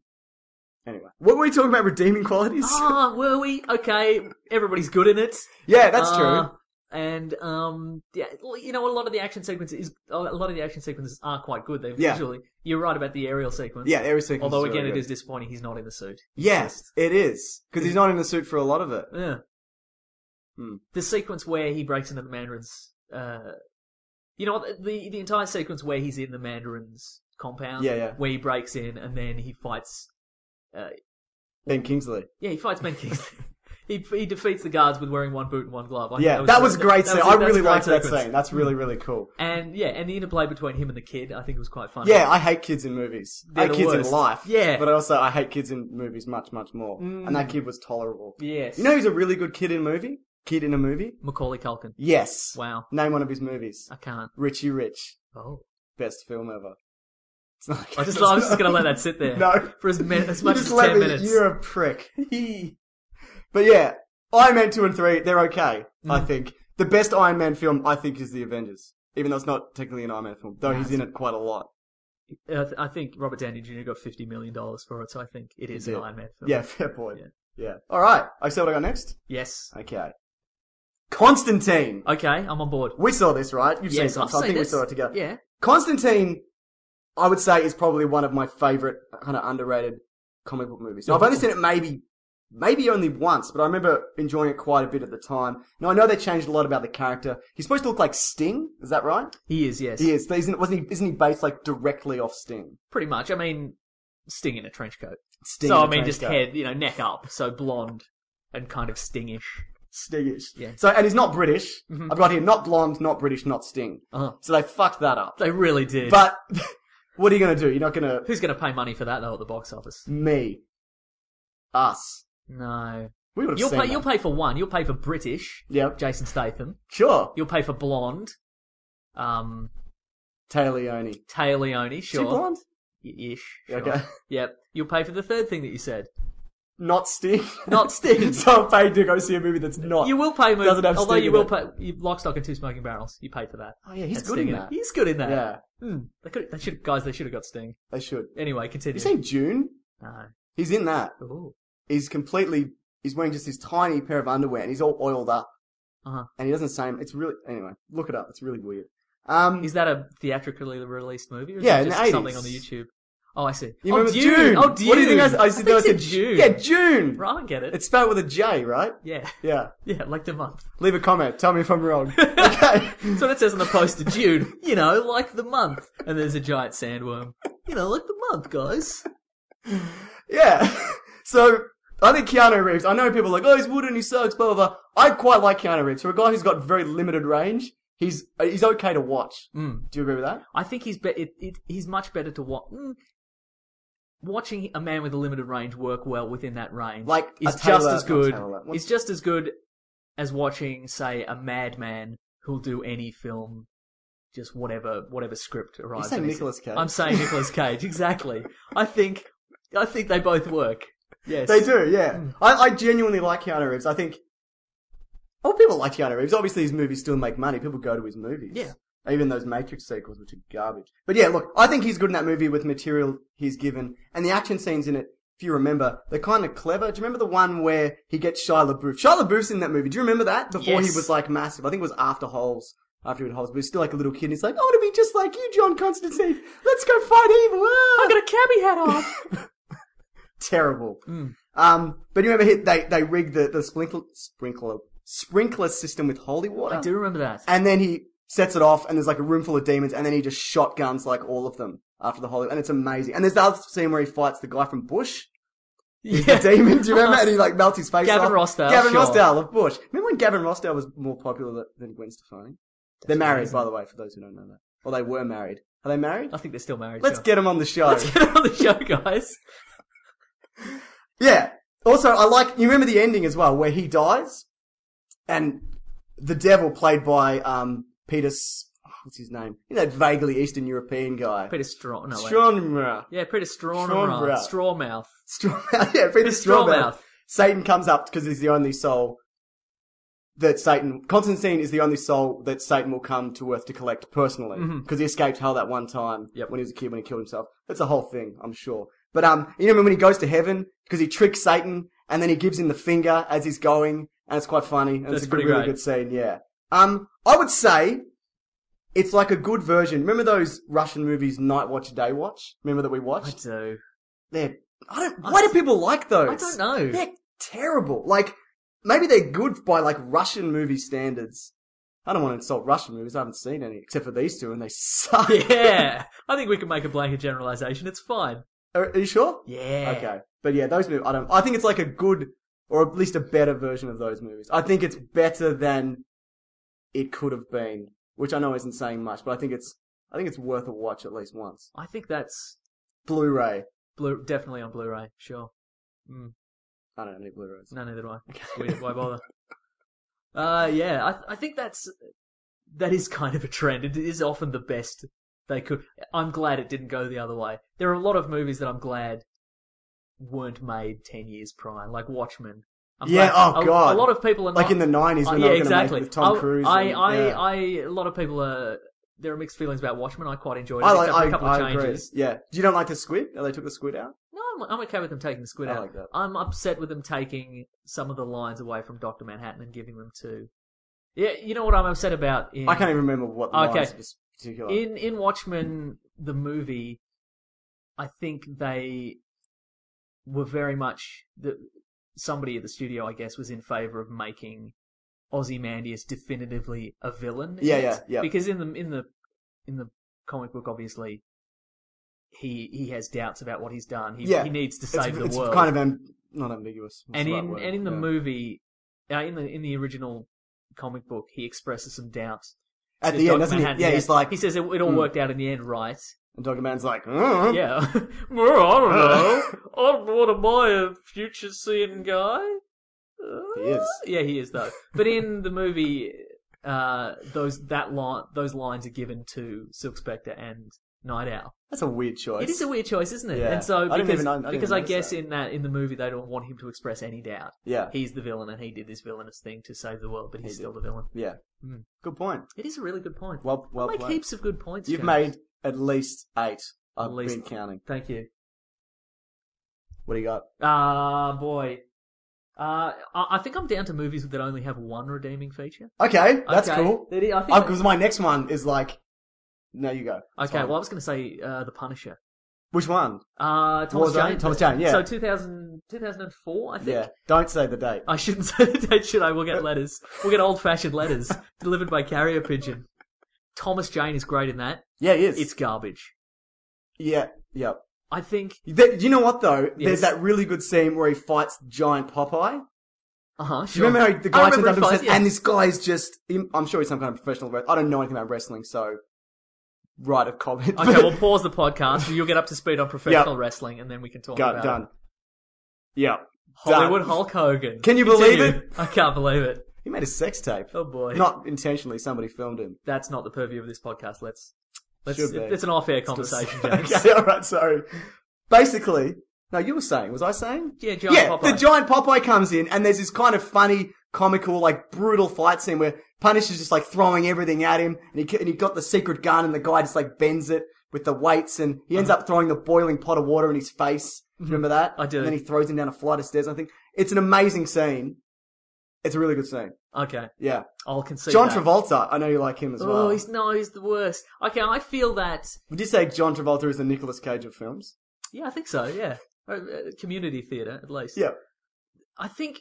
S3: Anyway, what were we talking about? Redeeming qualities?
S1: ah, were we okay? Everybody's good in it.
S3: yeah, that's
S1: Uh,
S3: true.
S1: And um, yeah, l- you know, a lot of the action sequences, a lot of the action sequences are quite good. They
S3: Yeah.
S1: visually, you're right about the aerial sequence.
S3: Yeah, every sequence.
S1: Although
S3: really
S1: again, it
S3: good.
S1: is disappointing he's not in the suit.
S3: Yes, it is because he's not in the suit for a lot of it.
S1: Yeah.
S3: Hmm.
S1: The sequence where he breaks into the Mandarin's, uh, you know, what, the the entire sequence where he's in the Mandarin's compound.
S3: Yeah, yeah.
S1: Where he breaks in and then he fights. Uh,
S3: Ben Kingsley.
S1: yeah, he fights Ben Kingsley. he he defeats the guards with wearing one boot and one glove. I think
S3: Yeah, that was, a great.
S1: Oh, that
S3: scene.
S1: was
S3: I
S1: a- that's a
S3: really
S1: great
S3: liked that
S1: sequence.
S3: scene. That's really really cool.
S1: And yeah, and the interplay between him and the kid, I think was quite funny.
S3: Yeah, I hate kids in movies.
S1: They're
S3: I hate
S1: the
S3: kids
S1: worst.
S3: in life.
S1: Yeah. Mm.
S3: but also I hate kids in movies much much more. And that kid was tolerable.
S1: yes.
S3: You know, he's a really good kid in a movie. Kid in a movie.
S1: Macaulay Culkin.
S3: Yes.
S1: Wow,
S3: Name one of his movies.
S1: I can't.
S3: Richie Rich,
S1: Oh,
S3: best film ever. It's not.
S1: I just I was just gonna let that sit there.
S3: No.
S1: for as, min- as
S3: You
S1: much
S3: just
S1: as
S3: let
S1: ten
S3: me-
S1: minutes.
S3: You're a prick. but yeah, Iron Man two and three, they're okay.
S1: Mm.
S3: I think the best Iron Man film, I think, is the Avengers. Even though it's not technically an Iron Man film, though he's in it quite a lot.
S1: I, th- I think Robert Downey Jr. got fifty million dollars for it, so I think it is
S3: He
S1: an
S3: did.
S1: Iron Man film.
S3: Yeah, fair point.
S1: Yeah.
S3: Yeah. All right. I see what I got next.
S1: Yes.
S3: Okay. Constantine.
S1: Okay, I'm on board.
S3: We saw this, right? You've
S1: yes,
S3: seen
S1: I've
S3: this. I
S1: seen
S3: think
S1: this.
S3: we saw it together.
S1: Yeah.
S3: Constantine, I would say, is probably one of my favorite kind of underrated comic book movies. Now, I've only seen it maybe, maybe only once, but I remember enjoying it quite a bit at the time. Now, I know they changed a lot about the character. He's supposed to look like Sting, is that right?
S1: He is. Yes.
S3: He is. Isn't, wasn't he, isn't he based like directly off Sting?
S1: Pretty much. I mean, Sting in a trench coat.
S3: Sting
S1: so
S3: in
S1: I
S3: a
S1: mean,
S3: trench
S1: just
S3: coat.
S1: head, you know, neck up, so blonde and kind of Stingish.
S3: Stingish.
S1: Yeah. Mm-hmm.
S3: So, and he's not British. I've got here not blonde, not British, not Sting.
S1: Uh-huh.
S3: So they fucked that up.
S1: They really did.
S3: Oh. But what are you going to do? You're not going to.
S1: who's going to pay money for that though at the box office?
S3: Me. Us.
S1: No.
S3: We would have
S1: You'll
S3: seen
S1: pay.
S3: that.
S1: You'll pay for one. You'll pay for British.
S3: Yep.
S1: Jason Statham.
S3: Sure.
S1: You'll pay for blonde. Um,
S3: Taylor Leone.
S1: Tay Leone, sure.
S3: She blonde?
S1: Y- Ish. Sure.
S3: Okay.
S1: Yep. You'll pay for the third thing that you said.
S3: Not Sting.
S1: Not Sting.
S3: so I'm paid to go see a movie that's not.
S1: You will pay. Movie,
S3: Doesn't have
S1: although
S3: Sting
S1: you
S3: in
S1: will pay.
S3: it.
S1: You, Lock, Stock, and Two Smoking Barrels. You paid for that.
S3: Oh yeah, he's
S1: That's
S3: good
S1: Sting
S3: in
S1: it.
S3: that.
S1: He's good in that.
S3: Yeah,
S1: Mm, they could. They should. Guys, they should have got Sting.
S3: they should.
S1: Anyway, continue.
S3: You seen June?
S1: no.
S3: He's in that.
S1: Ooh.
S3: He's completely. He's wearing just this tiny pair of underwear, and he's all oiled up,
S1: Uh-huh.
S3: and he doesn't say. It's really anyway. Look it up. It's really weird. Um,
S1: Is that a theatrically released movie? Or is
S3: Yeah,
S1: it
S3: in the
S1: just
S3: 80s.
S1: something on the YouTube. Oh, I see.
S3: you
S1: oh,
S3: remember
S1: Dune.
S3: June?
S1: Oh, Dune.
S3: What do you think I, I,
S1: think
S3: said? I
S1: you
S3: said
S1: June.
S3: Yeah, June.
S1: Right, I get it.
S3: It's spelled with a J, right?
S1: yeah,
S3: Yeah.
S1: yeah, like the month.
S3: Leave a comment. Tell me if I'm wrong. okay.
S1: So it says on the poster, June. You know, like the month. And there's a giant sandworm. You know, like the month, guys.
S3: Yeah. So I think Keanu Reeves. I know people are like, oh, he's wooden, he sucks, blah blah. blah. I quite like Keanu Reeves for a guy who's got very limited range. He's uh, he's okay to watch.
S1: Mm.
S3: Do you agree with that?
S1: I think he's be- it, it, he's much better to watch. Mm. Watching a man with a limited range work well within that range,
S3: Like a
S1: is
S3: Taylor-
S1: just as
S3: not
S1: good.
S3: Taylor, what's-
S1: Is just as good as watching, say, a madman who'll do any film, just whatever whatever script arrives.
S3: saying
S1: and he's-
S3: Nicolas Cage?
S1: I'm saying Nicolas Cage. Exactly. I think I think they both work. Yes, Hmm.
S3: They do. Yeah. I, I genuinely like Keanu Reeves. I think. Oh, people like Keanu Reeves. Obviously, his movies still make money. People go to his movies.
S1: Yeah.
S3: Even those Matrix sequels, which are garbage. But yeah, look, I think he's good in that movie with material he's given, and the action scenes in it. If you remember, they're kind of clever. Do you remember the one where he gets Shia LaBeouf? Shia LaBeouf's in that movie. Do you remember that? Before
S1: Yes.
S3: he was like massive. I think it was after Holes. After he had Holes, but he's still like a little kid. And he's like, I want to be just like you, John Constantine. Let's go fight evil. Ah!"
S2: I got a cabbie hat on.
S3: terrible.
S1: Hmm.
S3: Um, but you remember he- they they rigged the the sprinkler sprinkler sprinkler system with holy water,
S1: I do remember that.
S3: and then he sets it off, and there's like a room full of demons, and then he just shotguns like all of them after the holy, and it's amazing. And there's the other scene where he fights the guy from Bush. He's
S1: Yeah. Uh-huh.
S3: the demon, do you remember? And he like melts his face
S1: Gavin
S3: off.
S1: Rossdale,
S3: Gavin
S1: sure.
S3: Rossdale of Bush. Remember when Gavin Rossdale was more popular tha- than Gwen Stefani? They're married, by the way, for those who don't know that. Or they were married. Are they married?
S1: I think they're still married.
S3: Let's
S1: sure.
S3: get them on the show.
S1: let's get on the show, guys.
S3: Yeah. Also, I like you remember the ending as well, where he dies, and the devil played by um Peter. S- oh, What's his name? You know, that vaguely Eastern European guy.
S1: Peter Straw. No, wait.
S3: Stromra.
S1: Yeah, Peter Straw.
S3: Strawmouth.
S1: Strawmouth.
S3: Strom- yeah, Peter Strawmouth.
S1: Strawmouth.
S3: Satan comes up because he's the only soul that Satan. Constantine is the only soul that Satan will come to Earth to collect personally because he escaped hell that one time
S1: Mm-hmm. Yep.
S3: when he was a kid when he killed himself. That's a whole thing, I'm sure. But um, you know when he goes to heaven because he tricks Satan and then he gives him the finger as he's going, and it's quite funny and
S1: That's
S3: it's a good,
S1: pretty
S3: really
S1: great.
S3: good scene. Yeah, Um, I would say it's like a good version. Remember those Russian movies, Night Watch, Day Watch? Remember that we
S1: I
S3: watched?
S1: do.
S3: They're, I don't, why do people like those?
S1: I don't know.
S3: They're terrible. Like, maybe they're good by like Russian movie standards. I don't want to insult Russian movies. I haven't seen any except for these two and they suck.
S1: Yeah, I think we can make a blanket generalization. It's fine.
S3: Are, are you sure?
S1: Yeah.
S3: Okay. But yeah, those movies, I don't, I think it's like a good, or at least a better version of those movies. I think it's better than it could have been, which I know isn't saying much, but I think it's, I think it's worth a watch at least once.
S1: I think that's
S3: Blu-ray.
S1: blue, definitely on Blu-ray. Sure. Mm.
S3: I don't need Blu-rays.
S1: No, neither do I. It's weird. Why bother? Uh, yeah, I I think that's that is kind of a trend. It is often the best they could. I'm glad it didn't go the other way. There are a lot of movies that I'm glad weren't made ten years prior, like Watchmen. I'm
S3: Yeah,
S1: glad-
S3: oh,
S1: a,
S3: God.
S1: A lot of people are
S3: Like
S1: not-
S3: in the 90s
S1: Uh,
S3: when they
S1: yeah,
S3: were gonna make
S1: exactly.
S3: with Tom
S1: I-
S3: Cruise
S1: I,
S3: and-
S1: I,
S3: yeah.
S1: I, a lot of people are. There are mixed feelings about Watchmen. I quite enjoyed it.
S3: I like,
S1: except for
S3: I,
S1: a couple of
S3: I agree.
S1: changes.
S3: Yeah. Do you don't like the squid? Oh, they took the squid out?
S1: No, I'm, I'm okay with them taking the squid
S3: I
S1: out.
S3: like that.
S1: I'm upset with them taking some of the lines away from Doctor Manhattan and giving them to. Yeah, you know what I'm upset about. In,
S3: I can't even remember what the
S1: Okay.
S3: lines of this particular.
S1: In in Watchmen, the movie, I think they were very much the somebody at the studio, I guess, was in favor of making Ozymandias definitively a villain. in
S3: Yeah,
S1: it.
S3: yeah, yeah.
S1: Because in the in the in the comic book, obviously. He he has doubts about what he's done. He,
S3: Yeah.
S1: he needs to
S3: it's,
S1: save the
S3: it's
S1: world
S3: kind of amb- not ambiguous. What's
S1: and
S3: the right
S1: in
S3: word?
S1: and in the
S3: Yeah.
S1: movie, uh, in the in the original comic book, he expresses some doubt
S3: At
S1: to
S3: the
S1: Doc
S3: end, doesn't he?
S1: Manhattan.
S3: Yeah, he's like, "Hmm."
S1: he says it, it all worked out in the end, right?
S3: and Dogger Man's like, "Mm."
S1: Yeah, well, I don't know. I'm what am I a uh, future seeing guy? Uh,
S3: He is.
S1: Yeah, he is though. But in the movie, uh, those that line those lines are given to Silk Spectre and Night Owl.
S3: That's a weird choice.
S1: It is a weird choice, isn't it?
S3: Yeah.
S1: And so
S3: I didn't
S1: because
S3: even- I didn't
S1: because
S3: even
S1: I
S3: notice
S1: guess
S3: that.
S1: in that in the movie they don't want him to express any doubt.
S3: Yeah.
S1: he's the villain and he did this villainous thing to save the world, but he's
S3: He did.
S1: still the villain.
S3: Yeah.
S1: Mm.
S3: Good point.
S1: It is a really good point.
S3: Well, well
S1: make
S3: played.
S1: heaps of good points.
S3: You've
S1: James.
S3: made at least eight. I've
S1: At least-
S3: been counting.
S1: Thank you.
S3: What do you got?
S1: Ah, boy. Uh, I I think I'm down to movies that only have one redeeming feature.
S3: Okay, that's
S1: Okay.
S3: cool.
S1: That is- I think
S3: Because my next one is like, no, you go. It's
S1: Okay,
S3: fine.
S1: well, I was going to say uh, The Punisher.
S3: which one?
S1: Uh, Thomas
S3: Warzone?
S1: Jane.
S3: Thomas Jane, yeah.
S1: So 2000, 2004, I think. Oh,
S3: Yeah, don't say the date.
S1: I shouldn't say the date, should I? We'll get letters. We'll get old fashioned letters delivered by carrier pigeon. Thomas Jane is great in that.
S3: Yeah, it is.
S1: It's garbage.
S3: yeah, yeah.
S1: I think.
S3: Th- you know what though?
S1: Yes.
S3: There's that really good scene where he fights giant Popeye.
S1: Uh huh.
S3: Do you remember how the guy turns up and says,
S1: yeah.
S3: "And this guy is just," I'm sure he's some kind of professional. wrestler. I don't know anything about wrestling, so right of comment.
S1: Okay, we'll pause the podcast. You'll get up to speed on professional wrestling, and then we can talk
S3: Done,
S1: about
S3: done.
S1: it.
S3: Yeah.
S1: Hollywood
S3: Done.
S1: Hulk Hogan.
S3: Can you believe
S1: Continue. I can't believe it.
S3: He made a sex tape.
S1: Oh boy,
S3: Not intentionally, somebody filmed him.
S1: that's not the purview of this podcast. Let's let's.
S3: Should be.
S1: It's an off-air conversation, James.
S3: okay, alright, sorry. Basically, no, you were saying, was I saying?
S1: Yeah, giant
S3: yeah,
S1: Popeye.
S3: the giant Popeye comes in and there's this kind of funny, comical, like brutal fight scene where Punisher's just like throwing everything at him and he, ca- and he got the secret gun and the guy just like bends it with the weights and he ends up throwing the boiling pot of water in his face. Do you Remember
S1: Uh-huh.
S3: that?
S1: Mm-hmm. I do.
S3: And then he throws him down a flight of stairs, I think. It's an amazing scene. It's a really good scene.
S1: Okay,
S3: Yeah.
S1: I'll concede.
S3: John
S1: that.
S3: Travolta, I know you like him as well.
S1: Oh, he's no, he's the worst. Okay, I feel that.
S3: Would you say John Travolta is the Nicolas Cage of films?
S1: Yeah, I think so. Yeah, Or, uh, community theatre at least.
S3: Yeah.
S1: I think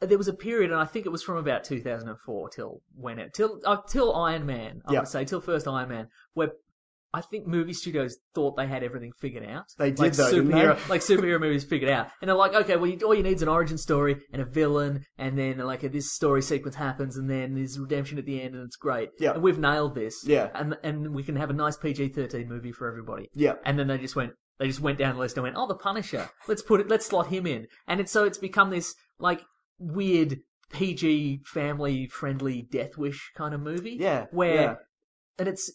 S1: there was a period, and I think it was from about 2004 till when it till uh, till Iron Man. I
S3: Yeah.
S1: would say till first Iron Man, where I think movie studios thought they had everything figured out.
S3: They did
S1: like
S3: though, didn't
S1: superhero,
S3: they?
S1: like superhero movies figured out, and they're like, okay, well, you, all you need is an origin story and a villain, and then like this story sequence happens, and then there's redemption at the end, and it's great.
S3: Yeah.
S1: and we've nailed this.
S3: Yeah.
S1: and and we can have a nice PG-13 movie for everybody.
S3: Yeah.
S1: And then they just went, they just went down the list and went, oh, the Punisher. Let's put it, let's slot him in. And it's so it's become this like weird PG family friendly Death Wish kind of movie.
S3: Yeah,
S1: Where,
S3: yeah.
S1: and it's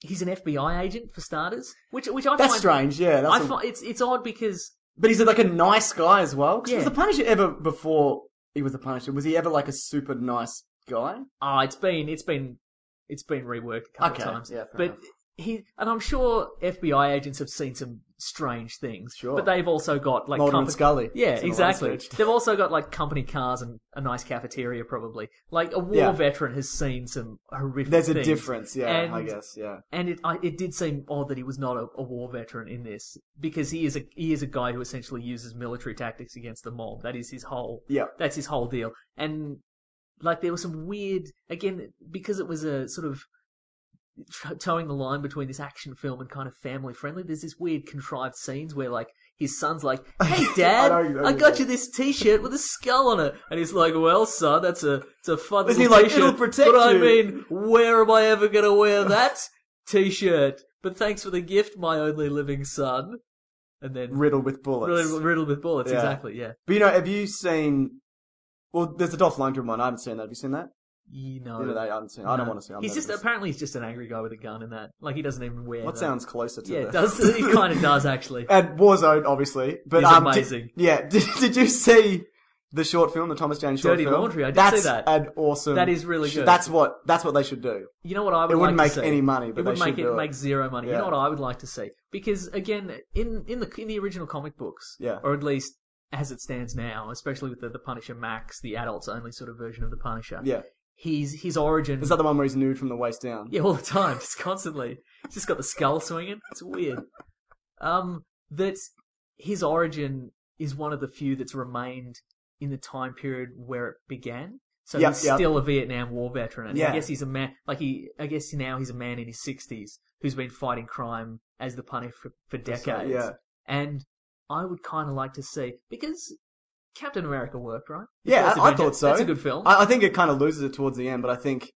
S1: he's an FBI agent for starters, which which I
S3: That's
S1: find
S3: strange, yeah. That's
S1: I
S3: a-
S1: find it's it's odd because
S3: but he's like a nice guy as well. 'Cause
S1: Yeah.
S3: Was the Punisher ever before he was the Punisher? Was he ever like a super nice guy?
S1: ah, it's been it's been it's been reworked a couple
S3: Okay,
S1: of times.
S3: yeah,
S1: but
S3: fair enough.
S1: he and I'm sure FBI agents have seen some strange things.
S3: Sure.
S1: But they've also got like
S3: Mulder and Scully.
S1: Yeah,
S3: That's another
S1: exactly.
S3: aspect.
S1: They've also got like company cars and a nice cafeteria, probably. Like a war
S3: Yeah.
S1: veteran has seen some horrific.
S3: There's a
S1: things.
S3: difference, yeah, I
S1: And-
S3: guess, yeah.
S1: and it I, it did seem odd that he was not a, a war veteran in this because he is a he is a guy who essentially uses military tactics against the mob. That is his whole
S3: Yeah.
S1: that's his whole deal. And like there was some weird again because it was a sort of t- towing the line between this action film and kind of family friendly. There's this weird contrived scenes where like his son's like, "Hey dad,
S3: I
S1: I,
S3: know you- I know you
S1: got
S3: mean.
S1: you this T-shirt with a skull on it," and he's like, "Well son, that's a it's a fun
S3: Isn't he
S1: little
S3: like,
S1: T-shirt,
S3: "It'll protect
S1: but
S3: you."
S1: I mean, where am I ever gonna wear that T-shirt? But thanks for the gift, my only living son. And then
S3: Riddled with bullets.
S1: riddled, riddled with bullets.
S3: Yeah.
S1: Exactly. Yeah.
S3: But you know, have you seen? Well, there's a Dolph Lundgren one. I haven't seen that. Have you seen that?
S1: You know.
S3: You know, that I haven't seen. I don't
S1: No.
S3: want to see. I'm
S1: He's just
S3: nervous.
S1: apparently he's just an angry guy with a gun in that. Like he doesn't even wear.
S3: What
S1: that.
S3: sounds closer to
S1: Yeah,
S3: that?
S1: it does he kind of does actually.
S3: And Warzone, obviously. But
S1: He's
S3: um, did-
S1: amazing.
S3: yeah. Did, did you see the short film, the Thomas Jane short
S1: Dirty
S3: film?
S1: Laundry, I did
S3: that's
S1: see that.
S3: An awesome.
S1: That is really
S3: sh-
S1: good.
S3: That's what. That's what they should do.
S1: You know what I would
S3: It wouldn't
S1: like
S3: make
S1: to see?
S3: any money, but
S1: it would
S3: they
S1: make
S3: should
S1: it
S3: do it.
S1: make zero money. You
S3: Yeah.
S1: know what I would like to see? Because again, in in the in the original comic books,
S3: Yeah.
S1: or at least as it stands now, especially with the, the Punisher Max, the adults only sort of version of the Punisher.
S3: Yeah.
S1: He's his origin
S3: Is that the one where he's nude from the waist down?
S1: Yeah, all the time, just constantly. He's just got the skull swinging. It's weird. Um, that his origin is one of the few that's remained in the time period where it began. So
S3: Yep,
S1: he's
S3: yep.
S1: still a Vietnam War veteran. And
S3: Yeah.
S1: I guess he's a man. Like he, I guess now he's a man in his sixties who's been fighting crime as the Punisher for, for decades.
S3: right, yeah.
S1: And I would kind of like to see because Captain America worked, right?
S3: Yeah,
S1: First
S3: I, I
S1: Avenger.
S3: thought so.
S1: That's a good film.
S3: I, I think it kind of loses it towards the end, but I think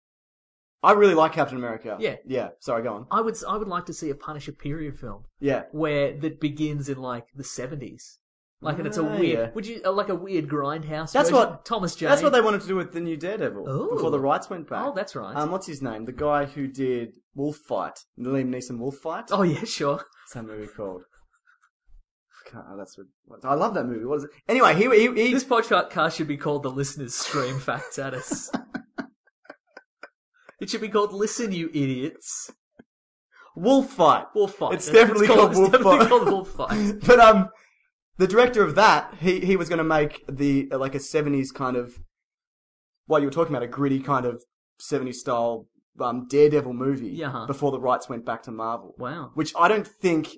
S3: I really like Captain America.
S1: Yeah.
S3: Yeah. Sorry, go on.
S1: I would, I would like to see a Punisher period film.
S3: Yeah.
S1: where that begins in like the seventies. Like, and it's a
S3: Ah,
S1: weird.
S3: yeah.
S1: Would you uh, like a weird grindhouse?
S3: That's
S1: version?
S3: what-
S1: Thomas Jane.
S3: That's what they wanted to do with the new Daredevil
S1: Ooh.
S3: before the rights went back.
S1: Oh, that's right.
S3: Um, what's his name? The guy who did Wolf Fight, the Liam Neeson Wolf Fight.
S1: oh yeah, sure.
S3: what's that movie called? I can't- oh, that's what, what- I love that movie. What is it? Anyway, he he, he
S1: This podcast should be called "The Listeners Scream Facts at Us." it should be called "Listen, You Idiots."
S3: Wolf Fight.
S1: Wolf fight.
S3: It's
S1: That's what
S3: definitely called Wolf
S1: it's definitely
S3: Fight.
S1: called wolf fight.
S3: but um, the director of that, he he was going to make the like a seventies kind of what you were talking about, a gritty kind of seventies style um Daredevil movie.
S1: Yeah, huh.
S3: Before the rights went back to Marvel.
S1: Wow.
S3: Which I don't think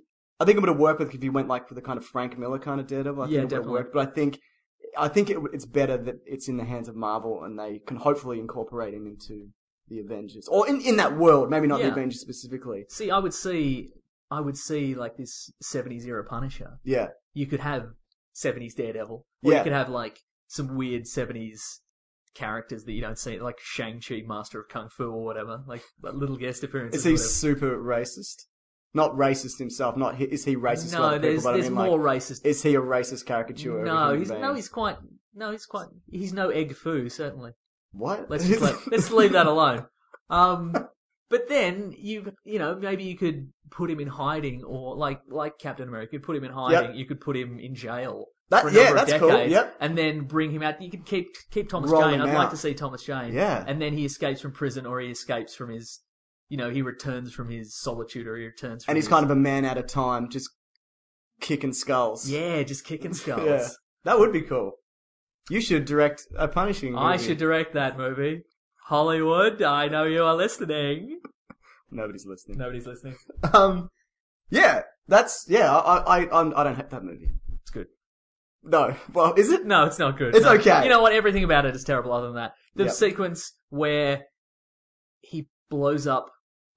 S3: I think it would have worked with if you went like for the kind of Frank Miller kind of Daredevil. I
S1: Yeah,
S3: think it would have
S1: definitely.
S3: worked. But I think I think it, it's better that it's in the hands of Marvel and they can hopefully incorporate him into the Avengers or in in that world, maybe not the
S1: Yeah.
S3: Avengers specifically.
S1: See, I would see, I would see like this seventies era Punisher.
S3: Yeah.
S1: you could have 70s Daredevil, or
S3: Yeah.
S1: you could have like some weird 70s characters that you don't see, like Shang Chi, Master of Kung Fu, or whatever, like, like little guest appearances.
S3: Is he
S1: or whatever.
S3: super racist? Not racist himself. Not hi- is he racist? to
S1: no,
S3: other people,
S1: there's
S3: but I
S1: there's
S3: mean, like,
S1: more racist.
S3: Is he a racist caricature? of a
S1: no,
S3: human
S1: he's no,
S3: being?
S1: he's quite. No, he's quite. He's no egg foo, certainly.
S3: what?
S1: Let's just let, let's leave that alone. Um, but then you you know maybe you could put him in hiding, or like like Captain America, you could put him in hiding. You could put him in jail.
S3: That-
S1: for a
S3: yeah,
S1: number of
S3: that's cool,
S1: decades,
S3: yep.
S1: And then bring him out. You could keep keep Thomas
S3: Roll
S1: Jane.
S3: him
S1: I'd
S3: out.
S1: like to see Thomas Jane.
S3: Yeah.
S1: And then he escapes from prison, or he escapes from his, you know, he returns from his solitude, or he returns. From
S3: and he's
S1: his-
S3: kind of a man at a time, just kicking skulls.
S1: yeah, just kicking skulls.
S3: Yeah. that would be cool. You should direct a punishing. Movie.
S1: I should direct that movie. Hollywood, I know you are listening.
S3: Nobody's listening.
S1: Nobody's listening.
S3: Um, yeah, that's yeah. I I I'm, I don't hate that movie.
S1: It's good.
S3: No, well, is it?
S1: No, it's not good.
S3: It's
S1: No.
S3: okay.
S1: You know what? Everything about it is terrible other than that. The
S3: Yep.
S1: sequence where he blows up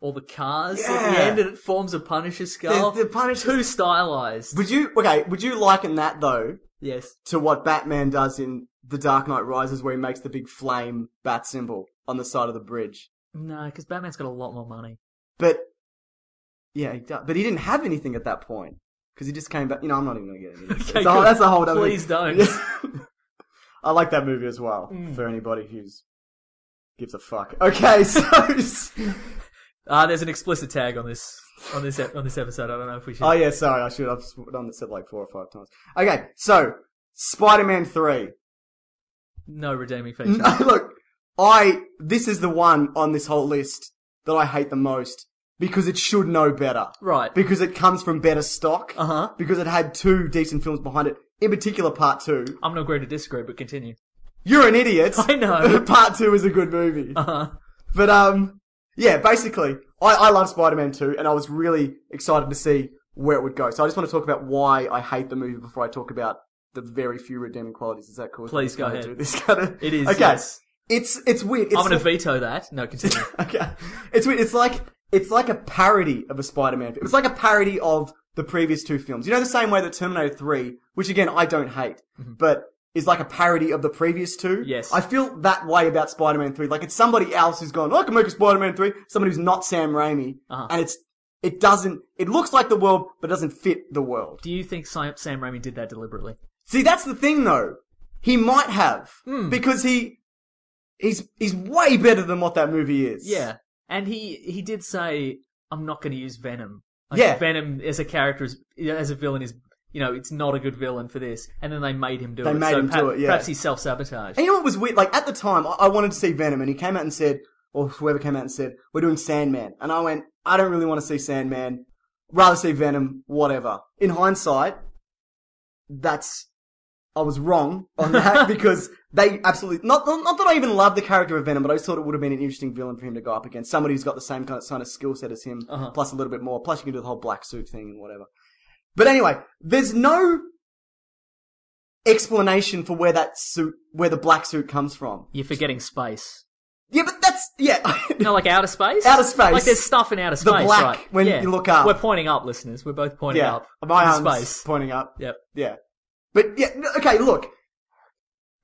S1: all the cars at
S3: Yeah.
S1: the end and it forms a Punisher skull.
S3: The- the Punisher's-
S1: Too stylized.
S3: Would you okay? Would you liken that though
S1: yes.
S3: to what Batman does in The Dark Knight Rises, where he makes the big flame bat symbol on the side of the bridge?
S1: No, because Batman's got a lot more money.
S3: But yeah, he does. But he didn't have anything at that point because he just came back. You know, I'm not even gonna get into this.
S1: Okay,
S3: It's a whole-
S1: good.
S3: that's a whole. other-
S1: Please don't.
S3: I like that movie as well.
S1: Mm.
S3: For anybody who's gives a fuck. Okay, so
S1: Ah, there's an explicit tag on this on this ep- on this episode. I don't know if we should.
S3: oh yeah, sorry, I should. I've sw- done this like four or five times. Okay, so Spider-Man three.
S1: No redeeming feature.
S3: No, look, I this is the one on this whole list that I hate the most because it should know better.
S1: Right. Uh-huh.
S3: Because it comes from better stock. Uh huh. Because it had two decent films behind it, in particular part two.
S1: I'm not going to disagree, but continue.
S3: You're an idiot.
S1: I know.
S3: part two is a good movie. Uh-huh. But um, yeah, basically, I, I love Spider-Man 2 and I was really excited to see where it would go. So I just want to talk about why I hate the movie before I talk about the very few redeeming qualities. Is that cool?
S1: Please go
S3: Kinda
S1: ahead.
S3: do This kind of...
S1: It is,
S3: Okay.
S1: yes.
S3: It's, it's weird. It's
S1: I'm going
S3: like-
S1: to veto that. No, continue.
S3: okay. It's weird. It's like it's like a parody of a Spider-Man. It was like a parody of the previous two films. You know, the same way that Terminator Three, which again I don't hate, but is like a parody of the previous two.
S1: Mm-hmm. Yes.
S3: I feel that way about Spider-Man Three. Like it's somebody else who's gone. "Oh, I can make a Spider-Man Three. Somebody who's not Sam Raimi,
S1: Uh-huh.
S3: and it's it doesn't. It looks like the world, but it doesn't fit the world.
S1: Do you think Sam, Sam Raimi did that deliberately?
S3: See, that's the thing though. He might have
S1: Hmm.
S3: because he. He's, he's way better than what that movie is.
S1: Yeah, and he he did say, "I'm not going to use Venom." Like,
S3: Yeah.
S1: Venom as a character is as a villain is you know it's not a good villain for this, and then they made him do
S3: They
S1: it.
S3: made
S1: so
S3: him do
S1: perhaps-
S3: it, yeah.
S1: perhaps he self sabotaged.
S3: And you know what was weird? Like at the time, I, I wanted to see Venom, and he came out and said, or whoever came out and said, "We're doing Sandman," and I went, "I don't really want to see Sandman. Rather see Venom. Whatever." In hindsight, that's I was wrong on that because they absolutely not, not not that I even love the character of Venom, but I just thought it would have been an interesting villain for him to go up against somebody who's got the same kind of, kind of skill set as him,
S1: Uh-huh.
S3: plus a little bit more. Plus, you can do the whole black suit thing and whatever. But anyway, there's no explanation for where that suit, where the black suit comes from.
S1: You're forgetting space.
S3: Yeah, but that's yeah.
S1: No, like outer space.
S3: Outer space.
S1: Like there's stuff in outer
S3: The
S1: space.
S3: black,
S1: right?
S3: when
S1: Yeah.
S3: you look up.
S1: We're pointing up, listeners. We're both pointing
S3: yeah,
S1: up.
S3: my
S1: in
S3: arms
S1: space.
S3: pointing up.
S1: Yep.
S3: Yeah, but yeah. no, Okay, look.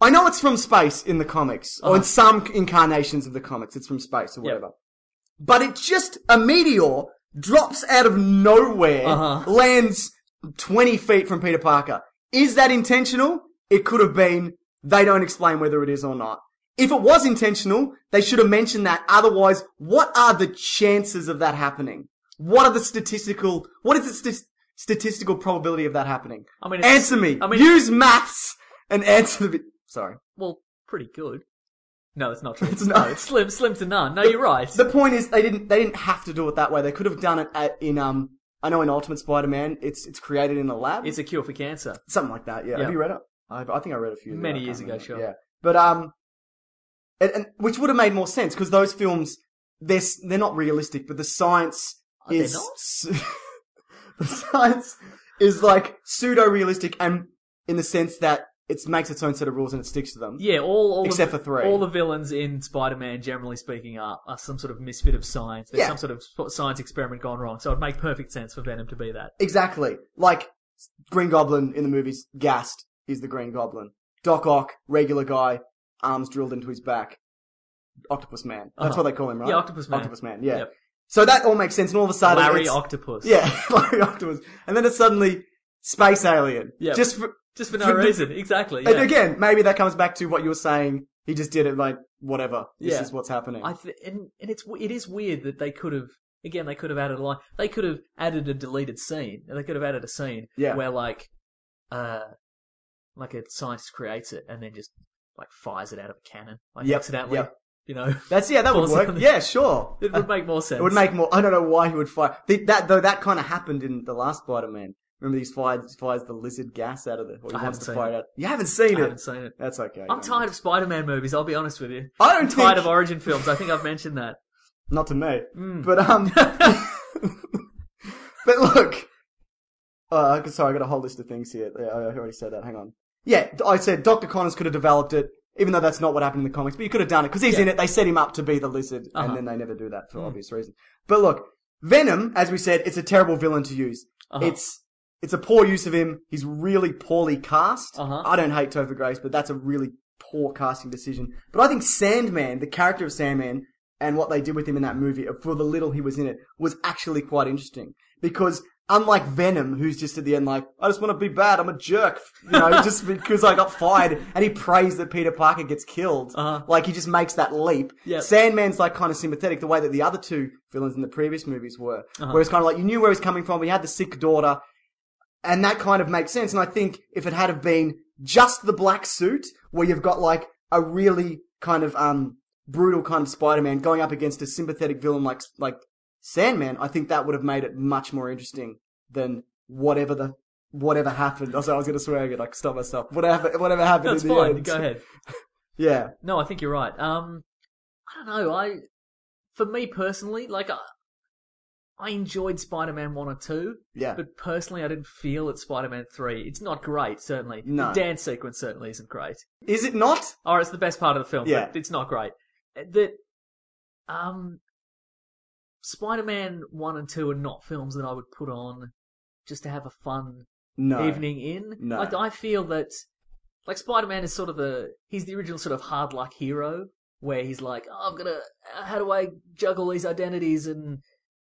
S3: I know it's from space in the comics, or in some incarnations of the comics, it's from space
S1: Yep.
S3: or whatever. But it just a meteor drops out of nowhere,
S1: Uh-huh.
S3: lands twenty feet from Peter Parker. Is that intentional? It could have been. They don't explain whether it is or not. If it was intentional, they should have mentioned that. Otherwise, what are the chances of that happening? What are the statistical? What is the st- statistical probability of that happening?
S1: I mean, it's-
S3: answer me.
S1: I mean-
S3: use maths and answer the. Sorry.
S1: Well, pretty good. No, it's not true.
S3: It's
S1: No,
S3: not.
S1: it's slim, slim to none. No, you're right.
S3: The point is, they didn't. They didn't have to do it that way. They could have done it at, in. Um, I know in Ultimate Spider-Man, it's it's created in a lab.
S1: It's a cure for cancer.
S3: something like that. Yeah.
S1: Yeah.
S3: Have you read it? I, I think I read a few of them,
S1: Many
S3: I can't
S1: years ago,
S3: remember.
S1: sure.
S3: Yeah, but um, and, and which would have made more sense because those films they're s- they're not realistic, but the science
S1: Are they
S3: is
S1: not?
S3: s- the science is like pseudo realistic and in the sense that it makes its own set of rules and it sticks to them.
S1: Yeah, all, all
S3: Except
S1: the,
S3: for three.
S1: All the villains in Spider-Man, generally speaking, are, are some sort of misfit of science. There's
S3: Yeah.
S1: some sort of sp- science experiment gone wrong. So it'd make perfect sense for Venom to be that.
S3: Exactly. Like Green Goblin in the movies, gassed is the Green Goblin. Doc Ock, regular guy, arms drilled into his back. Octopus Man. That's
S1: Uh-huh.
S3: what they call him, right?
S1: Yeah, Octopus Man.
S3: Octopus Man. Yeah.
S1: Yep.
S3: So that all makes sense, and all of a sudden,
S1: Larry
S3: it's-
S1: Octopus.
S3: Yeah, Larry Octopus, and then it's suddenly space alien.
S1: Yep.
S3: Just for,
S1: Just for no
S3: For the-
S1: reason. Exactly.
S3: and
S1: yeah.
S3: again, maybe that comes back to what you were saying. He just did it like whatever. This
S1: Yeah.
S3: is what's happening.
S1: I th- and, and it's, w- it is weird that they could have, again, they could have added a line. They could have added a deleted scene. They could have added a scene
S3: Yeah.
S1: where like, uh, like a scientist creates it and then just like fires it out of a cannon. Like
S3: Yep,
S1: accidentally.
S3: yep.
S1: You know?
S3: That's yeah, that would
S1: Falls
S3: work.
S1: on the-
S3: Yeah, sure.
S1: It would make more sense.
S3: It would make more. I don't know why he would fire the, that though. That kind of happened in the last Spider-Man. Remember, he fires fires the lizard gas out of the. Or he
S1: I
S3: wants
S1: haven't
S3: to
S1: seen
S3: fire
S1: it.
S3: out. You haven't seen
S1: I
S3: it.
S1: haven't seen it.
S3: That's okay.
S1: I'm tired of Spider-Man movies. I'll be honest with you.
S3: I don't
S1: I'm tired
S3: think-
S1: of origin films. I think I've mentioned that.
S3: Not to me. But um. but look. Uh, I could- sorry, I got a whole list of things here. Yeah, I I already said that. Hang on. Yeah, I said Doctor Connors could have developed it, even though that's not what happened in the comics. But he could have done it because he's in it. They set him up to be the lizard, and then they never do that for obvious reasons. But look, Venom, as we said, it's a terrible villain to use. It's it's a poor use of him. He's really poorly cast.
S1: Uh-huh.
S3: I don't hate Topher Grace, but that's a really poor casting decision. But I think Sandman, the character of Sandman, and what they did with him in that movie for the little he was in it was actually quite interesting because unlike Venom, who's just at the end like, I just want to be bad, I'm a jerk, you know, just because I got fired, and he prays that Peter Parker gets killed.
S1: Uh-huh.
S3: Like he just makes that leap.
S1: Yep.
S3: Sandman's like kind of sympathetic the way that the other two villains in the previous movies were,
S1: Uh-huh.
S3: where it's kind of like you knew where he was coming from. He had the sick daughter, and that kind of makes sense. And I think if it had have been just the black suit, where you've got like a really kind of um brutal kind of Spider-Man going up against a sympathetic villain like like Sandman, I think that would have made it much more interesting than whatever the whatever happened. Also, I was going to swear again. I stopped myself. Whatever, whatever happened.
S1: That's
S3: in the
S1: fine.
S3: End.
S1: Go ahead.
S3: Yeah.
S1: No, I think you're right. Um, I don't know. I, for me personally, like I, I enjoyed Spider-Man one or two.
S3: Yeah.
S1: But personally, I didn't feel at Spider-Man three. It's not great, certainly.
S3: No.
S1: The dance sequence certainly isn't great.
S3: Is it not?
S1: Or it's the best part of the film,
S3: Yeah.
S1: but it's not great. That, um, Spider-Man one and two are not films that I would put on just to have a fun
S3: No.
S1: evening in.
S3: No.
S1: Like I feel that like Spider Man is sort of the he's the original sort of hard luck hero where he's like, oh, I'm gonna how do I juggle these identities and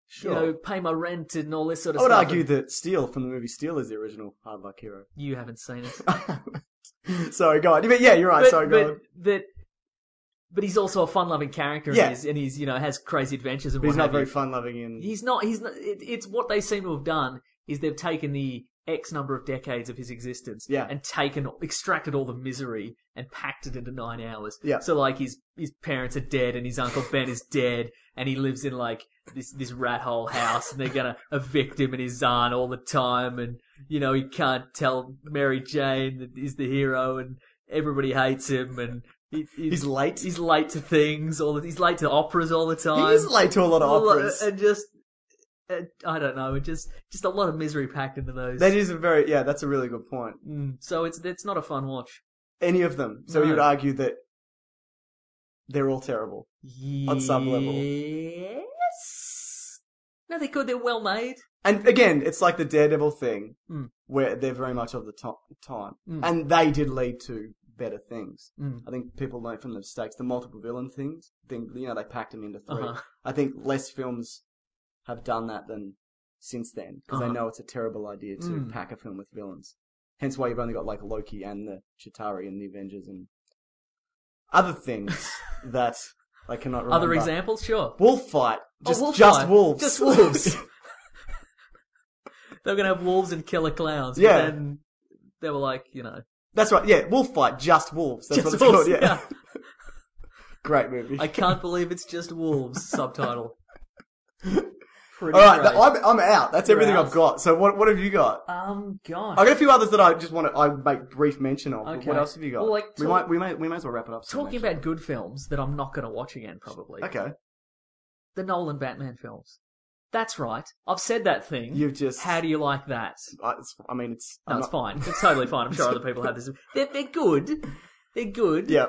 S3: Sure.
S1: you know pay my rent and all this sort of
S3: I would
S1: stuff.
S3: argue
S1: and
S3: that Steel from the movie Steel is the original hard luck hero.
S1: you haven't seen it.
S3: sorry, go on. But yeah, you're right.
S1: but,
S3: sorry, go
S1: but
S3: on.
S1: that but he's also a fun loving character
S3: Yeah.
S1: and, he's, and he's you know has crazy adventures and
S3: But he's
S1: what
S3: not
S1: have
S3: very
S1: you.
S3: fun loving in.
S1: He's not. He's not. It, it's what they seem to have done is they've taken the X number of decades of his existence,
S3: Yeah.
S1: and taken extracted all the misery and packed it into nine hours.
S3: Yeah.
S1: So like his his parents are dead, and his uncle Ben is dead, and he lives in like this this rat hole house, and they're gonna evict him and his aunt all the time, and you know he can't tell Mary Jane that he's the hero, and everybody hates him, and. he-
S3: He's late.
S1: He's late to things. All the, he's late to operas all the time.
S3: He is late to a lot of
S1: A lot-
S3: operas.
S1: and just uh, I don't know, it just just a lot of misery packed into those.
S3: That is a very yeah. That's a really good point.
S1: Mm, so it's it's not a fun watch.
S3: Any of them. So
S1: No.
S3: you would argue that they're all terrible. On some level.
S1: Yes. No, they could. They're well made.
S3: And again, it's like the Daredevil thing,
S1: Mm.
S3: where they're very much of the to- time,
S1: Mm.
S3: and they did lead to better things.
S1: Mm.
S3: I think people learn from the mistakes, the multiple villain things. Thing, you know, they packed them into 3
S1: Uh-huh.
S3: I think less films have done that than since then because
S1: Uh-huh.
S3: they know it's a terrible idea to
S1: Mm.
S3: pack a film with villains. Hence why you've only got like Loki and the Chitari and the Avengers and other things that I cannot remember.
S1: Other examples, sure.
S3: Wolf fight.
S1: Oh,
S3: Just,
S1: wolf
S3: just
S1: fight.
S3: wolves.
S1: Just wolves. They're gonna have wolves and killer clowns. But
S3: Yeah.
S1: then they were like, you know,
S3: That's right. Yeah, wolf fight. Just wolves. That's
S1: just
S3: what
S1: wolves.
S3: it's called. Yeah. Great movie.
S1: I can't believe it's just wolves. subtitle. Pretty
S3: All right,
S1: great.
S3: I'm, I'm out. That's
S1: You're
S3: everything
S1: out.
S3: I've got. So what what have you got?
S1: um, gosh.
S3: I got a few others that I just want to I make brief mention of. but
S1: Okay.
S3: What else have you got?
S1: Well, like,
S3: we
S1: talk-
S3: might we may we may as well wrap it up. soon,
S1: Talking
S3: actually.
S1: about good films that I'm not going to watch again, probably.
S3: okay,
S1: The Nolan Batman films. That's right. I've said that thing.
S3: you've just
S1: How do you like that?
S3: I, it's, I mean, it's
S1: No,
S3: I'm
S1: it's
S3: not-
S1: fine. It's totally fine. I'm sure other people have this. They're, they're good. They're good.
S3: Yeah.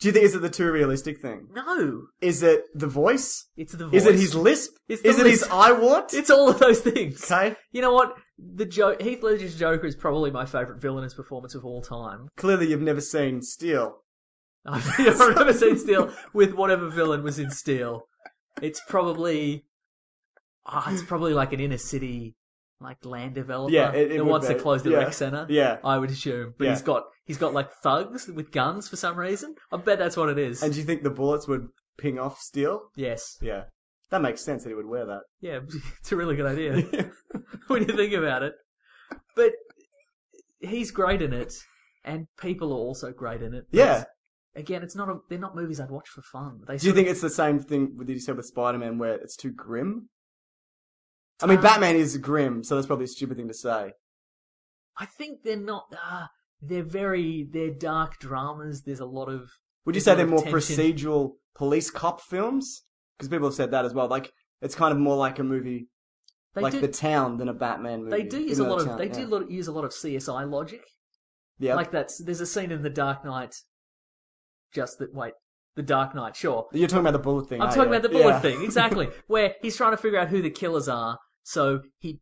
S3: Do you think is it the too realistic thing?
S1: No.
S3: Is it the voice?
S1: It's the voice.
S3: Is it his lisp?
S1: It's the
S3: is it his
S1: lisp.
S3: I want?
S1: It's all of those things.
S3: okay.
S1: You know what? The jo- Heath Ledger's Joker is probably my favourite villainous performance of all time.
S3: Clearly, you've never seen Steel.
S1: I've never seen Steel with whatever villain was in Steel. It's probably, ah, it's probably like an inner city, like land developer
S3: Yeah, it- it
S1: that
S3: would
S1: wants
S3: be.
S1: to close the
S3: Yeah.
S1: rec center.
S3: Yeah.
S1: I would assume. But
S3: Yeah.
S1: he's got he's got like thugs with guns for some reason. I bet that's what it is.
S3: And do you think the bullets would ping off Steel?
S1: yes,
S3: Yeah, that makes sense that he would wear that.
S1: yeah, it's a really good idea when you think about it. But he's great in it, and people are also great in it. But
S3: Yeah.
S1: Again, it's not a, they're not movies I'd watch for fun. They
S3: Do you
S1: sort
S3: think
S1: of-
S3: it's the same thing that you said with Spider-Man, where it's too grim? I
S1: Um,
S3: mean, Batman is grim, so that's probably a stupid thing to say.
S1: I think they're not. Uh, they're very. They're dark dramas. There's a lot of.
S3: Would you
S1: there's
S3: say
S1: a lot
S3: they're
S1: of
S3: more
S1: tension.
S3: procedural police cop films? Because people have said that as well. Like it's kind of more like a movie,
S1: They
S3: like
S1: do.
S3: The Town, than a Batman movie.
S1: they do use a
S3: Even though
S1: lot
S3: The
S1: of.
S3: Town-
S1: they
S3: yeah.
S1: do lot, use a lot of CSI logic.
S3: Yeah,
S1: Like that's. There's a scene in The Dark Knight. Just that. Wait. The Dark Knight. Sure.
S3: you're talking about the bullet thing.
S1: I'm
S3: aren't
S1: talking
S3: you?
S1: about the bullet
S3: Yeah.
S1: thing exactly, where he's trying to figure out who the killers are. So he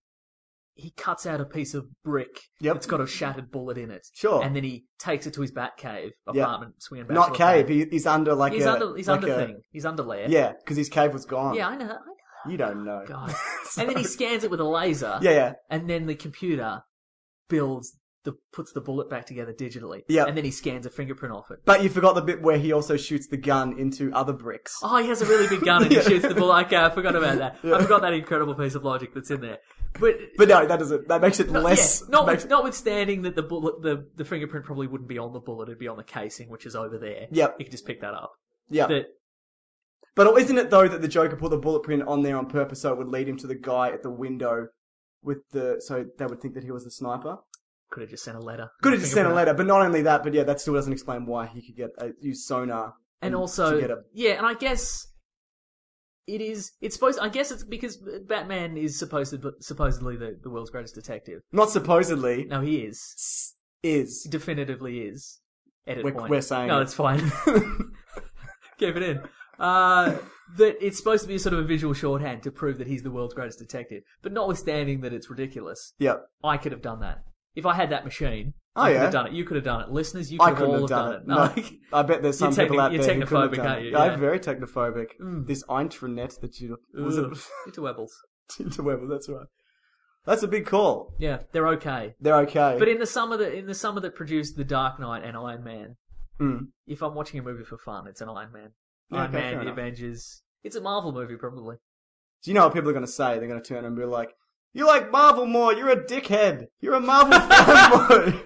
S1: he cuts out a piece of brick
S3: Yep.
S1: that's got a shattered bullet in it.
S3: Sure.
S1: And then he takes it to his bat cave
S3: Yeah.
S1: apartment, swinging back.
S3: Not
S1: to the
S3: cave. He, he's under like
S1: he's
S3: a.
S1: under. He's
S3: like
S1: under
S3: a-
S1: thing. He's under layer.
S3: Yeah, because his cave was gone.
S1: Yeah, I know. I know.
S3: You don't know.
S1: God. and then he scans it with a laser.
S3: Yeah, yeah.
S1: And then the computer builds the puts the bullet back together digitally.
S3: Yeah.
S1: And then he scans a fingerprint off it.
S3: But you forgot the bit where he also shoots the gun into other bricks.
S1: Oh, he has a really big gun and he
S3: Yeah.
S1: shoots the bullet. Okay, I forgot about that.
S3: Yeah.
S1: I forgot that incredible piece of logic that's in there. But,
S3: But no, that doesn't. That makes it
S1: not-
S3: less.
S1: yeah, not,
S3: makes-
S1: notwithstanding that the bullet, the, the fingerprint probably wouldn't be on the bullet; it'd be on the casing, which is over there.
S3: Yep.
S1: you could just pick that up.
S3: yeah.
S1: That
S3: But isn't it though that the Joker put the bullet print on there on purpose so it would lead him to the guy at the window with the so they would think that he was the sniper?
S1: Could have just sent a letter.
S3: Could have just
S1: Think
S3: sent a
S1: about it.
S3: letter, but not only that, but yeah, that still doesn't explain why he could get uh, use sonar
S1: and
S3: to
S1: also
S3: get a
S1: yeah, and I guess it is. It's supposed. I guess it's because Batman is supposed to, supposedly the, the world's greatest detective.
S3: not supposedly
S1: No, he is.
S3: is
S1: Definitively is. Edit
S3: We're-
S1: point.
S3: we're saying
S1: no,
S3: it.
S1: it's fine. Keep it in. Uh, that it's supposed to be sort of a visual shorthand to prove that he's the world's greatest detective. But notwithstanding that it's ridiculous,
S3: yeah.
S1: I could have done that if I had that machine.
S3: Oh,
S1: I could
S3: yeah.
S1: have done it. You could have done it. Listeners, you could
S3: I
S1: have all
S3: couldn't have
S1: have
S3: done, it. No,
S1: it. No.
S3: I bet there's
S1: You're
S3: some
S1: techni-
S3: people out
S1: you're
S3: there who couldn't have
S1: technophobic,
S3: done
S1: aren't
S3: it.
S1: you?
S3: No,
S1: Yeah. Mm.
S3: I'm very technophobic. This intranet that you was it
S1: Ugh. Interwebbles.
S3: interweb? That's right. That's a big call.
S1: Yeah, they're okay.
S3: They're okay.
S1: But in the summer that in the summer that produced The Dark Knight and Iron Man,
S3: Mm.
S1: if I'm watching a movie for fun, it's an Iron Man.
S3: Yeah,
S1: Iron
S3: okay, fair
S1: Man, The
S3: enough.
S1: Avengers. It's a Marvel movie, probably.
S3: Do you know what people are going to say? They're going to turn and be like, "You like Marvel more? You're a dickhead. You're a Marvel fanboy.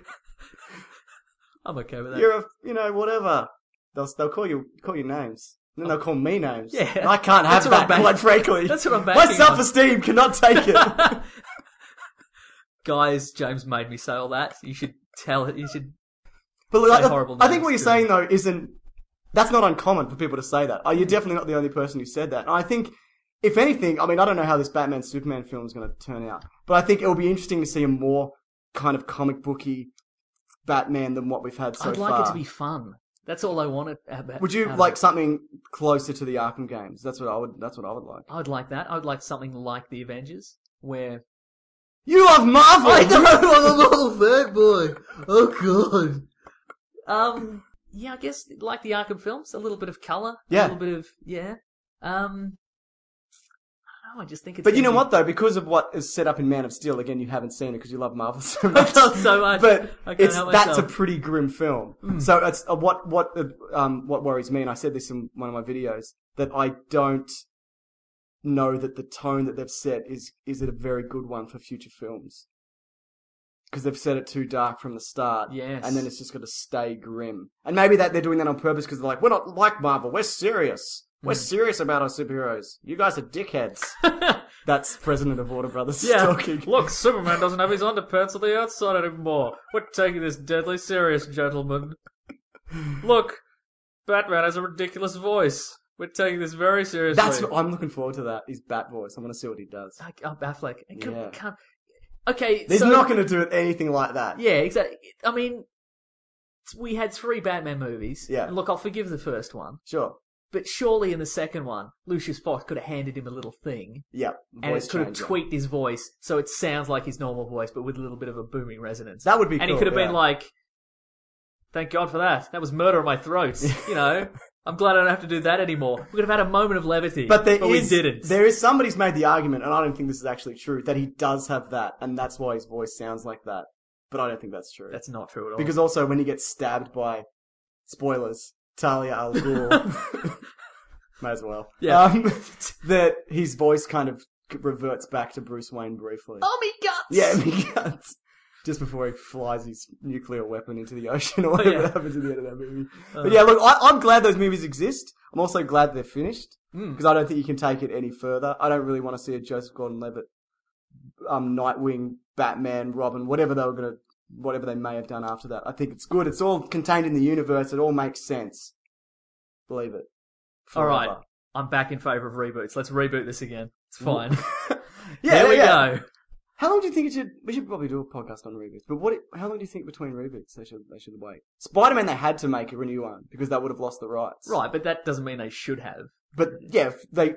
S1: I'm okay with that.
S3: You're a you know whatever." They'll they'll call you call you names. And then they'll call me names.
S1: Yeah.
S3: And I can't have
S1: That's what I'm
S3: that.
S1: bank-
S3: Quite frankly,
S1: That's what I'm
S3: My
S1: banking on.
S3: self esteem cannot take it.
S1: Guys, James made me say all that. You should tell. You should.
S3: But like,
S1: horrible
S3: I think what you're
S1: names
S3: saying though isn't that's not uncommon for people to say that. Oh, you're definitely not the only person who said that. And I think if anything, I mean, I don't know how this Batman Superman film is going to turn out, but I think it'll be interesting to see a more kind of comic booky Batman than what we've had so
S1: I'd like
S3: far.
S1: it to be fun. That's all I wanted. About,
S3: would you
S1: out of
S3: like
S1: it.
S3: something closer to the Arkham games? That's what I would. That's what I would like.
S1: I would like that. I would like something like The Avengers, where
S3: You love Marvel. I
S1: I'm a Marvel fanboy. Oh god. Um. Yeah, I guess like the Arkham films, a little bit of color.
S3: Yeah.
S1: A little bit of yeah. Um. I don't know. I just think it's.
S3: But you know
S1: gonna
S3: what
S1: be-
S3: though, because of what is set up in Man of Steel, again, you haven't seen it because you love Marvel so much.
S1: love so much. I
S3: But
S1: can't
S3: it's
S1: help
S3: that's a
S1: myself. Hmm.
S3: pretty grim film. So it's uh, what what uh, um what worries me, and I said this in one of my videos that I don't know that the tone that they've set is is it a very good one for future films because they've set it too dark from the start.
S1: Yes.
S3: and then it's just going to stay grim. And maybe that they're doing that on purpose because they're like, we're not like Marvel. We're serious.
S1: Hmm.
S3: We're serious about our superheroes. You guys are dickheads. That's president of Warner Brothers
S1: Yeah.
S3: talking.
S1: Look, Superman doesn't have his underpants on the outside anymore. We're taking this deadly serious, gentlemen. Look, Batman has a ridiculous voice. We're taking this very seriously.
S3: That's what I'm looking forward to. That is Bat voice. I'm going to see what he does.
S1: like, oh, Affleck. I can't-
S3: Yeah.
S1: can't- Okay,
S3: He's
S1: so,
S3: not going to do it anything like that.
S1: Yeah, exactly. I mean, we had three Batman movies.
S3: Yeah.
S1: And look, I'll forgive the first one,
S3: Sure.
S1: but surely in the second one, Lucius Fox could have handed him a little thing,
S3: Yeah.
S1: and
S3: voice
S1: it could have
S3: changer.
S1: tweaked his voice so it sounds like his normal voice, but with a little bit of a booming resonance.
S3: That would be
S1: And he
S3: cool,
S1: could have been
S3: yeah.
S1: like, "Thank God for that. That was murder in my throat." you know. I'm glad I don't have to do that anymore. We could have had a moment of levity,
S3: But there
S1: we
S3: is-
S1: didn't.
S3: There is somebody's made the argument, and I don't think this is actually true, that he does have that, and that's why his voice sounds like that. But I don't think that's true.
S1: That's not true at all.
S3: because also when he gets stabbed by spoilers, Talia Al Ghul, may as well.
S1: Yeah.
S3: Um, that his voice kind of reverts back to Bruce Wayne briefly.
S1: oh me guts!
S3: Yeah, because just before he flies his nuclear weapon into the ocean or
S1: Oh, yeah.
S3: whatever happens at the end of that movie. but yeah, look, I, I'm glad those movies exist. I'm also glad they're finished
S1: Hmm.
S3: because I don't think you can take it any further. I don't really want to see a Joseph Gordon-Levitt, um, Nightwing, Batman, Robin, whatever they were gonna, whatever they may have done after that. I think it's good. It's all contained in the universe. It all makes sense. Believe it.
S1: All right,
S3: Forever.
S1: I'm back in favor of reboots. Let's reboot this again. It's fine.
S3: Yeah,
S1: there we
S3: yeah.
S1: go.
S3: How long do you think it should? We should probably do a podcast on reboots. But what? How long do you think between reboots they should they should wait? Spider Man they had to make a new one because they would have lost the rights.
S1: Right, but that doesn't mean they should have.
S3: But yeah, if they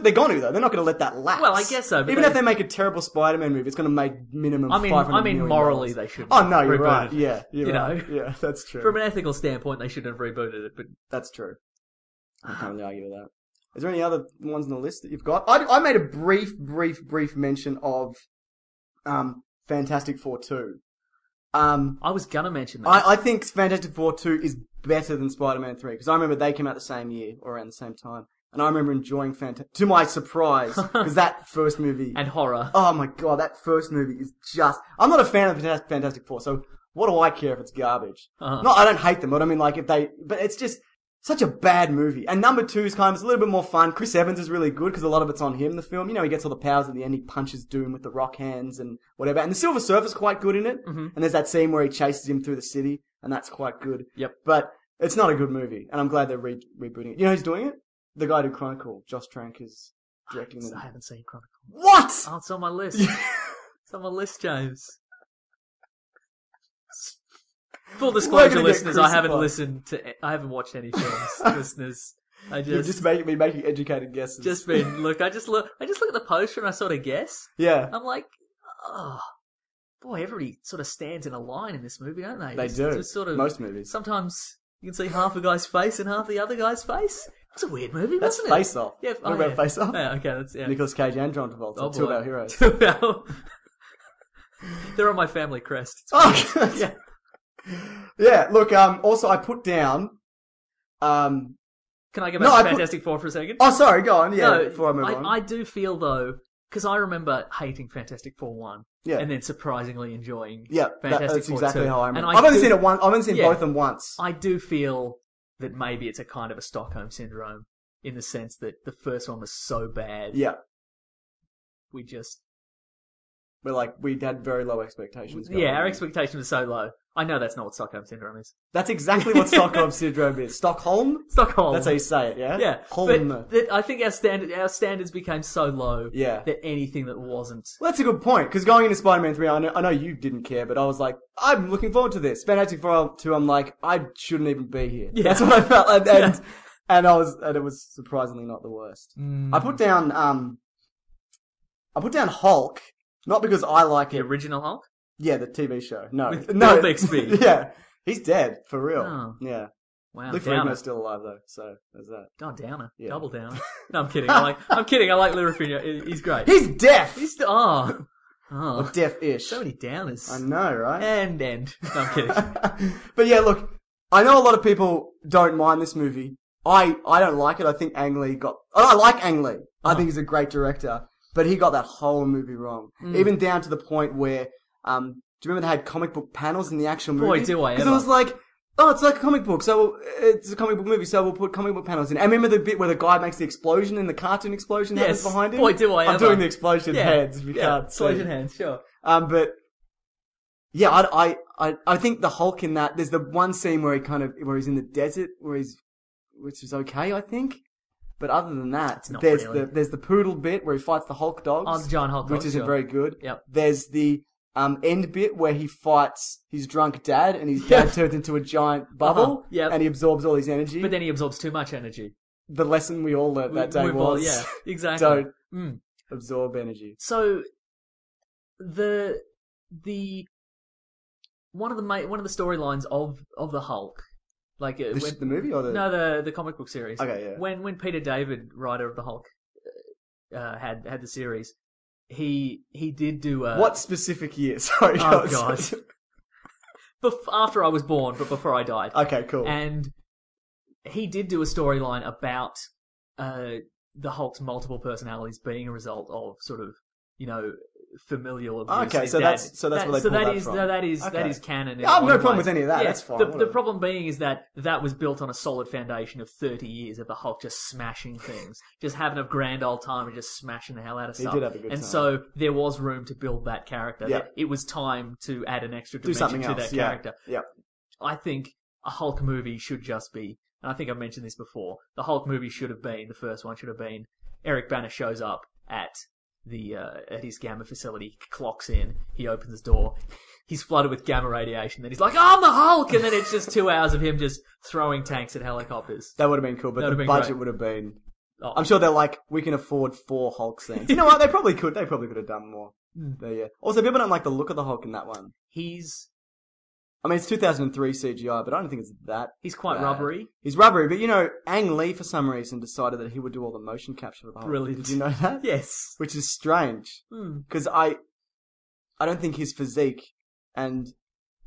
S3: they're going to though. They're not going to let that lapse.
S1: Well, I guess so, but
S3: Even
S1: they-
S3: if they make a terrible Spider Man movie, it's going to make minimum.
S1: I mean,
S3: 500
S1: I mean,
S3: million
S1: morally
S3: dollars.
S1: they should.
S3: Oh no, you're right.
S1: It.
S3: Yeah, you're
S1: You
S3: right.
S1: know.
S3: Yeah, that's true.
S1: From an ethical standpoint, they should have rebooted it, but
S3: That's true. I can't really argue with that. Is there any other ones on the list that you've got? I, I made a brief, brief, brief mention of um, Fantastic Four two. Um,
S1: I was gonna mention that.
S3: I, I think Fantastic Four 2 is better than Spider-Man 3 because I remember they came out the same year or around the same time. And I remember enjoying Fantastic, to my surprise, because that first movie.
S1: and horror.
S3: oh my god, that first movie is just, I'm not a fan of Fantas- Fantastic Four, so what do I care if it's garbage?
S1: Uh-huh.
S3: No, I don't hate them, but I mean like if they, but it's just, Such a bad movie. And number two is kind of a little bit more fun. Chris Evans is really good because a lot of it's on him, the film. You know, he gets all the powers at the end. He punches Doom with the rock hands and whatever. And the Silver Surfer's quite good in it.
S1: Mm-hmm.
S3: And there's that scene where he chases him through the city and that's quite good.
S1: Yep.
S3: But it's not a good movie. And I'm glad they're re- rebooting it. You know who's doing it? The guy who Chronicle, Josh Trank, is directing it.
S1: I haven't seen Chronicle.
S3: What?
S1: Oh, it's on my list. it's on my list, James. Full disclosure,
S3: gonna get
S1: listeners, I haven't
S3: crucified.
S1: listened to, I haven't watched any films, listeners. I
S3: You're
S1: just,
S3: just
S1: just,
S3: making me making educated guesses.
S1: been look. I just look. I just look at the poster and I sort of guess.
S3: yeah.
S1: I'm like, oh, boy, everybody sort of stands in a line in this movie, don't they?
S3: They
S1: It's-
S3: do.
S1: it's sort of
S3: Most movies.
S1: Sometimes you can see half a guy's face and half the other guy's face. It's a weird movie,
S3: That's
S1: wasn't it?
S3: Face Off.
S1: Yeah.
S3: What
S1: oh,
S3: about
S1: yeah.
S3: Face Off?
S1: Yeah. Okay. That's yeah.
S3: Nicholas Cage and John Travolta,
S1: Oh,
S3: two of
S1: boy.
S3: our heroes.
S1: Two of our. They're on my family crest. It's
S3: Oh,
S1: Yeah.
S3: yeah. Look, um, also I put down, um,
S1: Can I go
S3: No,
S1: back
S3: I
S1: to
S3: put-
S1: Fantastic Four for a second?
S3: oh, sorry, go on. Yeah,
S1: no,
S3: before I move
S1: I,
S3: on.
S1: I do feel though, because I remember hating Fantastic Four one,
S3: Yeah.
S1: and then surprisingly enjoying.
S3: yeah, that-
S1: Fantastic
S3: that's
S1: Four
S3: exactly
S1: 2.
S3: how I
S1: And
S3: remember.
S1: I
S3: I've only
S1: do-
S3: seen it once. I've only seen
S1: Yeah.
S3: both of them once.
S1: I do feel that maybe it's a kind of a Stockholm syndrome in the sense that the first one was so bad,
S3: yeah,
S1: we just
S3: we're like we had very low expectations. going
S1: yeah, our
S3: in.
S1: expectations were so low. I know that's not what Stockholm syndrome is.
S3: That's exactly what Stockholm syndrome is. Stockholm.
S1: Stockholm.
S3: That's how you say it. Yeah.
S1: yeah,
S3: Holm.
S1: but that- I think our standard our standards became so low
S3: Yeah.
S1: that anything that wasn't
S3: Well, that's a good point because going into Spider-Man three, I know, I know you didn't care, but I was like, I'm looking forward to this. Fantastic Four two, I'm like, I shouldn't even be here.
S1: Yeah.
S3: That's what I felt, and and, and I was, and it was surprisingly not the worst.
S1: Mm.
S3: I put down, um, I put down Hulk, not because I like
S1: the
S3: it.
S1: original Hulk.
S3: Yeah, the TV show. No,
S1: With
S3: no,
S1: Bill Bixby.
S3: yeah, he's dead for real.
S1: Oh.
S3: Yeah,
S1: Wow,
S3: Luke
S1: downer.
S3: Friedman's still alive though, so there's that.
S1: Oh, downer,
S3: Yeah.
S1: double downer. No, I'm kidding. I like, I'm kidding. I like Lou Ferrigno. He's great.
S3: He's deaf.
S1: He's oh, oh,
S3: deaf-ish.
S1: so many downers.
S3: I know, right?
S1: And end. No, I'm kidding.
S3: but yeah, look, I know a lot of people don't mind this movie. I, I don't like it. I think Ang Lee got, oh, I like Ang Lee.
S1: Uh-huh.
S3: I think he's a great director, but he got that whole movie wrong.
S1: Mm.
S3: Even down to the point where, um, do you remember they had comic book panels in the actual movie?
S1: Boy, do I
S3: Because it
S1: ever.
S3: was like, oh, it's like a comic book, so we'll, it's a comic book movie, so we'll put comic book panels in. And remember the bit where the guy makes the explosion and the cartoon explosion
S1: Yes.
S3: happens behind him?
S1: Boy, do I
S3: I'm
S1: ever.
S3: doing the explosion heads. If you
S1: yeah,
S3: can't see.
S1: explosion hands. Sure.
S3: Um, but yeah, I, I, I, I think the Hulk in that, there's the one scene where he kind of, where he's in the desert, where he's, which is okay, I think. But other than that,
S1: not
S3: there's
S1: really.
S3: the, there's the poodle bit where he fights the Hulk dogs.
S1: Oh, the giant Hulk
S3: Which
S1: dogs,
S3: isn't
S1: sure.
S3: very good.
S1: Yep.
S3: There's the, um, end bit where he fights his drunk dad and his dad turns into a giant bubble.
S1: Uh-huh, yep.
S3: And he absorbs all his energy.
S1: But then he absorbs too much energy.
S3: the lesson we all learned that day
S1: We- we- well,
S3: was,
S1: yeah, exactly.
S3: don't
S1: Mm.
S3: absorb energy.
S1: So the the one of the ma- one of the storylines of of the Hulk, like uh,
S3: The, sh- the movie or the?
S1: no the the comic book series.
S3: Okay, yeah.
S1: When when Peter David, writer of the Hulk, uh, had had the series, he he did do a
S3: what specific year? Sorry.
S1: Oh
S3: guys.
S1: god. Bef- after I was born, but before I died.
S3: Okay, cool.
S1: And he did do a storyline about uh, the Hulk's multiple personalities being a result of sort of, you know, familial abuse.
S3: Okay,
S1: His
S3: so
S1: dad-
S3: that's- so that's where they
S1: so
S3: pulled
S1: that
S3: that
S1: is-
S3: from.
S1: that is that
S3: Okay.
S1: is canon. in
S3: Yeah, I have
S1: one
S3: no problem
S1: way.
S3: with any of that, that's fine,
S1: The, the
S3: whatever.
S1: problem being is that that was built on a solid foundation of thirty years of the Hulk just smashing things, just having a grand old time and just smashing the hell out of stuff.
S3: did have a good
S1: and
S3: time.
S1: so there was room to build that character.
S3: Yeah.
S1: There- It was time to add an extra
S3: do
S1: dimension
S3: something
S1: to
S3: else.
S1: that
S3: yeah.
S1: character.
S3: Yeah.
S1: I think a Hulk movie should just be, and I think I've mentioned this before, the Hulk movie should have been, the first one should have been, Eric Banner shows up at the uh, at his gamma facility, he clocks in, he opens his door, he's flooded with gamma radiation, then he's like, I'm the Hulk! And then it's just two hours of him just throwing tanks at helicopters.
S3: That would have been cool,
S1: That
S3: but
S1: would've
S3: the
S1: been
S3: budget
S1: great.
S3: would have been.
S1: Oh,
S3: I'm sure they're like, we can afford four Hulk scenes. You know what? They probably could. They probably could have done more.
S1: Hmm.
S3: But yeah. Also, people don't like the look of the Hulk in that one.
S1: he's
S3: I mean, it's 2003 CGI, but I don't think it's that.
S1: he's quite
S3: bad.
S1: rubbery.
S3: He's rubbery, but you know, Ang Lee for some reason decided that he would do all the motion capture for the Hulk.
S1: Brilliant.
S3: Oh, Did you know that?
S1: Yes.
S3: Which is strange
S1: Hmm.
S3: because I, I don't think his physique and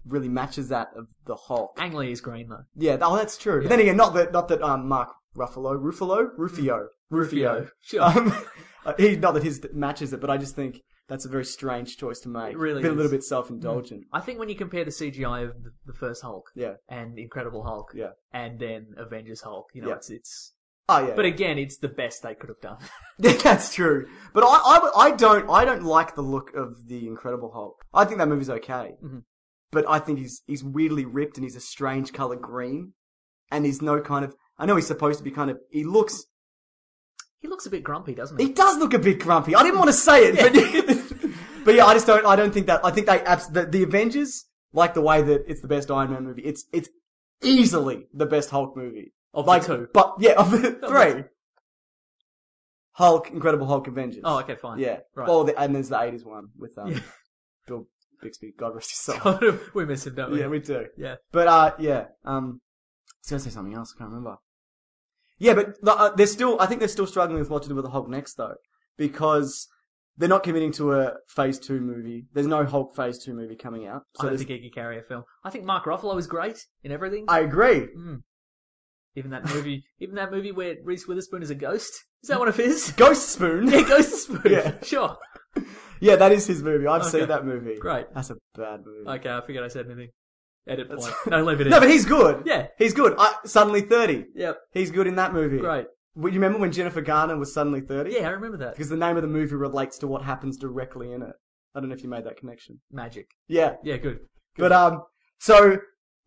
S3: really matches that of the Hulk.
S1: Ang Lee is green though.
S3: Yeah, oh, that's true. But then again, not that, not that um, Mark Ruffalo, Ruffalo, Rufio, uh, Rufio.
S1: Sure.
S3: Um, he, not that his matches it, but I just think That's a very strange choice to make.
S1: It really
S3: Been
S1: is.
S3: a
S1: Mm.
S3: little bit self-indulgent.
S1: I think when you compare the CGI of the- the first Hulk,
S3: Yeah.
S1: and Incredible Hulk,
S3: Yeah.
S1: and then Avengers Hulk, you know,
S3: Yeah.
S1: it's it's.
S3: Oh yeah.
S1: But again, it's the best they could have done.
S3: That's true. But I, I, I don't I don't like the look of the Incredible Hulk. I think that movie's okay.
S1: Mm-hmm.
S3: But I think he's he's weirdly ripped and he's a strange color green, and he's no kind of I know he's supposed to be kind of he looks
S1: he looks a bit grumpy, doesn't
S3: he does look a bit grumpy. I didn't want to say it, but but yeah, I just don't I don't think that I think they abs- the, the Avengers like the way that it's the best Iron Man movie. It's it's easily the best Hulk movie
S1: Of the
S3: like
S1: two.
S3: But yeah, of the
S1: the
S3: three. Hulk, Incredible Hulk, Avengers.
S1: Oh, okay, fine.
S3: Yeah.
S1: Right.
S3: Well, the, and there's the eighties one with um, Bill Bixby. God rest his soul.
S1: we miss him, don't we?
S3: yeah, we do.
S1: Yeah.
S3: But uh, yeah. Um, I was gonna say something else. I can't remember. Yeah, but the- uh, they're still. I think they're still struggling with what to do with the Hulk next, though, because they're not committing to a Phase Two movie. There's no Hulk Phase Two movie coming out.
S1: I
S3: So
S1: don't
S3: there's-
S1: think he could carry a film. I think Mark Ruffalo is great in everything.
S3: I agree.
S1: even that movie, even that movie where Reese Witherspoon is a ghost. Is that one of his?
S3: Ghost Spoon.
S1: yeah, Ghost Spoon.
S3: Yeah.
S1: Sure.
S3: yeah, that is his movie. I've
S1: Okay.
S3: seen that movie.
S1: Great.
S3: That's a bad movie.
S1: Okay, I forget I said anything. Edit
S3: That's-
S1: point. No, leave it in.
S3: No, but he's good.
S1: Yeah.
S3: he's good. I, suddenly thirty.
S1: Yep.
S3: He's good in that movie.
S1: Great.
S3: Well, you remember when Jennifer Garner was suddenly 30?
S1: Yeah, I remember that.
S3: Because the name of the movie relates to what happens directly in it. I don't know if you made that connection.
S1: Magic.
S3: Yeah.
S1: Yeah, good.
S3: But, um, so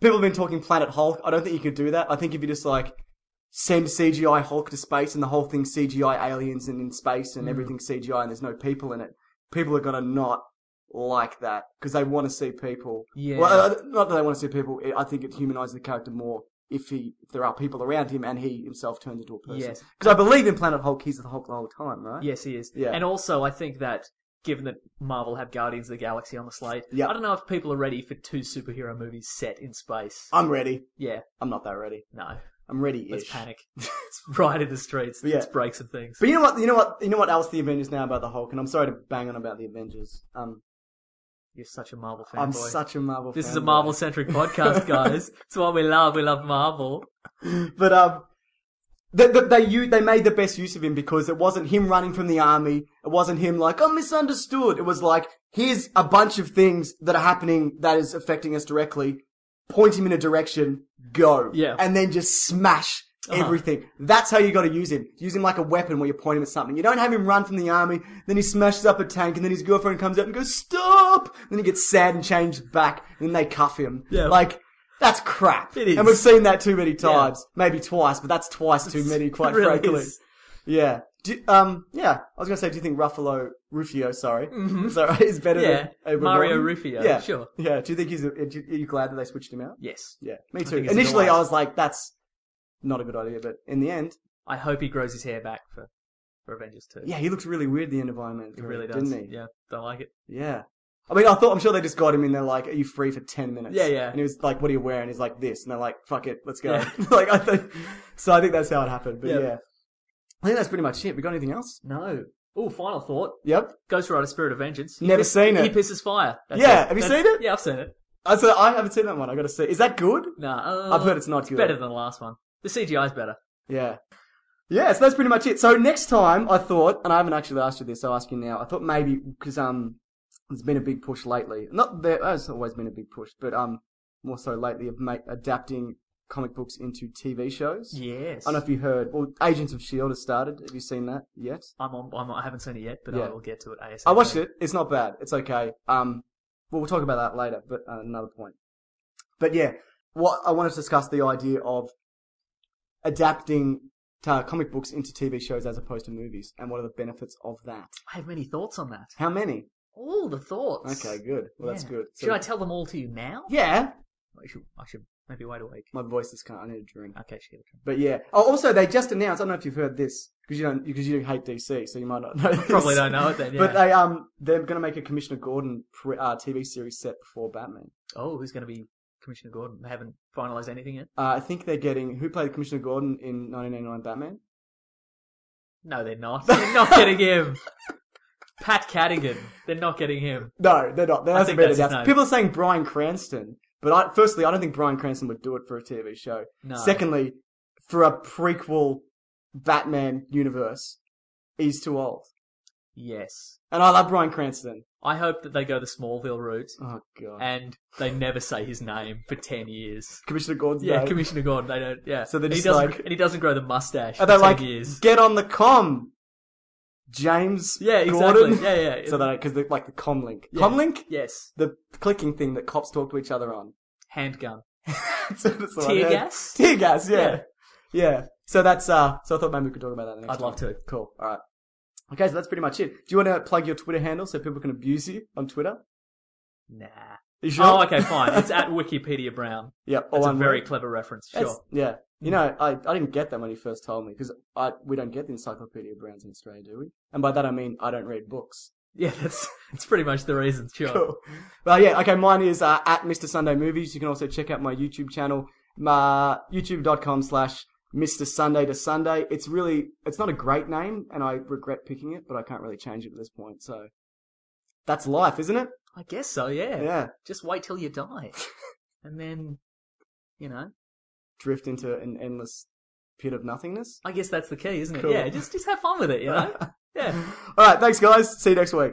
S3: people have been talking Planet Hulk. I don't think you could do that. I think if you just like send CGI Hulk to space and the whole thing's CGI aliens and in space
S1: Mm.
S3: and everything's CGI and there's no people in it, people are going to not like that because they want to see people.
S1: Yeah.
S3: Well, uh, not that they want to see people. I think it humanizes the character more if he if there are people around him and he himself turns into a person.
S1: Yes.
S3: Because I believe in Planet Hulk, he's the Hulk the whole time, right?
S1: Yes, he is.
S3: Yeah.
S1: And also, I think that given that Marvel have Guardians of the Galaxy on the slate,
S3: Yeah.
S1: I don't know if people are ready for two superhero movies set in space.
S3: I'm ready.
S1: yeah.
S3: I'm not that ready.
S1: No.
S3: I'm ready.
S1: Let's panic. Let's ride in the streets.
S3: Yeah.
S1: Let's break some things.
S3: But you know what? You know what? You know what else the Avengers now about the Hulk? And I'm sorry to bang on about the Avengers. Um,
S1: You're such a Marvel fanboy.
S3: I'm such a Marvel.
S1: This is a
S3: fanboy.
S1: Marvel centric podcast, guys. It's what we love. We love Marvel.
S3: But um, they they they, u- they made the best use of him because it wasn't him running from the army. It wasn't him like I'm misunderstood. It was like here's a bunch of things that are happening that is affecting us directly. Point him in a direction. Go.
S1: Yeah. Uh-huh.
S3: And then just smash. Everything. That's how you gotta use him. Use him like a weapon where you point him at something. You don't have him run from the army, then he smashes up a tank, and then his girlfriend comes out and goes, stop! Then he gets sad and changes back, and then they cuff him.
S1: Yeah.
S3: Like, that's crap.
S1: It is.
S3: And we've seen that too many times. Maybe twice, but that's twice too many, quite
S1: It really
S3: frankly.
S1: is.
S3: Yeah. Do, um, yeah. I was going to say, do you think Ruffalo, Rufio, sorry, sorry is better
S1: Mm-hmm. Yeah.
S3: than Edward
S1: Mario
S3: Norton?
S1: Rufio,
S3: Yeah.
S1: sure.
S3: Yeah. Do you think he's, a, are you are you glad that they switched him out?
S1: Yes.
S3: Yeah. Me too.
S1: think he's a
S3: Initially,
S1: delight.
S3: I was like, that's not a good idea, but in the end,
S1: I hope he grows his hair back for, for Avengers 2.
S3: yeah, he looks really weird at the end of Iron Man.
S1: He
S3: 3,
S1: really does.
S3: Didn't he?
S1: Yeah. Don't like it.
S3: Yeah. I mean, I thought, I'm sure they just got him in there like, are you free for 10 minutes?
S1: Yeah, yeah.
S3: And he was like, what are you wearing? He's like, this. And they're like, fuck it, let's go.
S1: Yeah.
S3: like, I think, so I think that's how it happened, but
S1: Yeah.
S3: yeah. I think that's pretty much it. We got anything else?
S1: No. Oh, final thought.
S3: Yep.
S1: Ghost Rider Spirit of Vengeance. He
S3: Never
S1: piss-
S3: seen it.
S1: He pisses fire. That's
S3: Yeah,
S1: it.
S3: have you
S1: That's-
S3: seen it?
S1: Yeah, I've seen it.
S3: I, Uh, so I haven't seen that one. I gotta see. Is that good?
S1: Nah. uh,
S3: I've heard it's not good.
S1: better than the last one. The CGI's better.
S3: Yeah. Yeah, so that's pretty much it. So next time, I thought, and I haven't actually asked you this, I'll ask you now. I thought maybe because um, there's been a big push lately. Not there has always been a big push, but um, more so lately of ma- adapting comic books into TV shows.
S1: Yes.
S3: I don't know if you heard. Well, Agents of Shield E has started. Have you seen that yet?
S1: I'm on, I'm on, I haven't seen it yet, but
S3: Yeah.
S1: I will get to it ASAP.
S3: I watched it. It's not bad. It's okay. Um, well, we'll talk about that later, but uh, another point. But yeah, what I wanted to discuss the idea of adapting uh, comic books into TV shows as opposed to movies, and what are the benefits of that?
S1: I have many thoughts on that.
S3: How many?
S1: All the thoughts.
S3: Okay, good. Well, that's
S1: Yeah.
S3: good. So-
S1: Should I tell them all to you now?
S3: Yeah,
S1: I should, I should maybe wait a week.
S3: my voice is kind. I need a drink.
S1: Okay, Sheila.
S3: But yeah. Oh, also they just announced. I don't know if you've heard this because you don't because you hate DC, so you might not know. This.
S1: Probably don't know it then, yeah.
S3: But they um they're going to make a Commissioner Gordon pre- uh, TV series set before Batman.
S1: Oh, who's going to be Commissioner Gordon? They haven't finalised anything yet.
S3: Uh, I think they're getting who played Commissioner Gordon in 1989 Batman.
S1: No, they're not. They're not getting him. Pat Cadigan. They're not getting him.
S3: No, they're not. That hasn't
S1: think
S3: been
S1: that's his
S3: announced.
S1: name.
S3: People are saying Brian Cranston, but I, firstly, I don't think Brian Cranston would do it for a TV show.
S1: No.
S3: Secondly, for a prequel Batman universe, he's too old.
S1: Yes.
S3: And I love Brian Cranston.
S1: I hope that they go the Smallville route
S3: Oh god.
S1: and they never say his name for 10 years.
S3: Commissioner Gordon's
S1: Yeah,
S3: name.
S1: Commissioner Gordon. They don't. Yeah.
S3: So they're
S1: And he
S3: just
S1: doesn't,
S3: like-
S1: and he doesn't grow the mustache. for
S3: Are they
S1: 10
S3: like
S1: years?
S3: get on the com, James?
S1: Yeah, exactly.
S3: Gordon?
S1: Yeah, yeah.
S3: So that because like the com link,
S1: Yeah.
S3: com link,
S1: Yes.
S3: the clicking thing that cops talk to each other on.
S1: Handgun.
S3: That's what it's like.
S1: Tear
S3: Yeah.
S1: gas?
S3: Tear gas. Yeah.
S1: Yeah.
S3: yeah, So that's uh. So I thought maybe we could talk about that. Next
S1: I'd love
S3: time.
S1: to.
S3: Cool. All right. Okay, so that's pretty much it. Do you want to plug your Twitter handle so people can abuse you on Twitter?
S1: Nah.
S3: You sure?
S1: Oh, okay, fine. It's at Wikipedia Brown.
S3: yeah,
S1: That's a
S3: one
S1: very
S3: word.
S1: clever reference. Sure. Hmm.
S3: That's- yeah. You know, I, I didn't get that when you first told me because I we don't get the Encyclopedia Browns in Australia, do we? And by that I mean I don't read books.
S1: Yeah, that's that's pretty much the reason. Sure.
S3: Cool. Well, yeah, okay, mine is uh, at Mr. Sunday Movies. You can also check out my YouTube channel, my youtube.com slash Mr. Sunday to Sunday. It's really, it's not a great name, and I regret picking it, but I can't really change it at this point, so. That's life, isn't it?
S1: I guess so. Yeah.
S3: Yeah.
S1: Just wait till you die, and then, you know,
S3: Drift into an endless pit of nothingness.
S1: I guess that's the key, isn't it?
S3: Cool.
S1: Yeah. Just just have fun with it. You know. yeah.
S3: Alright, thanks guys. See you next week.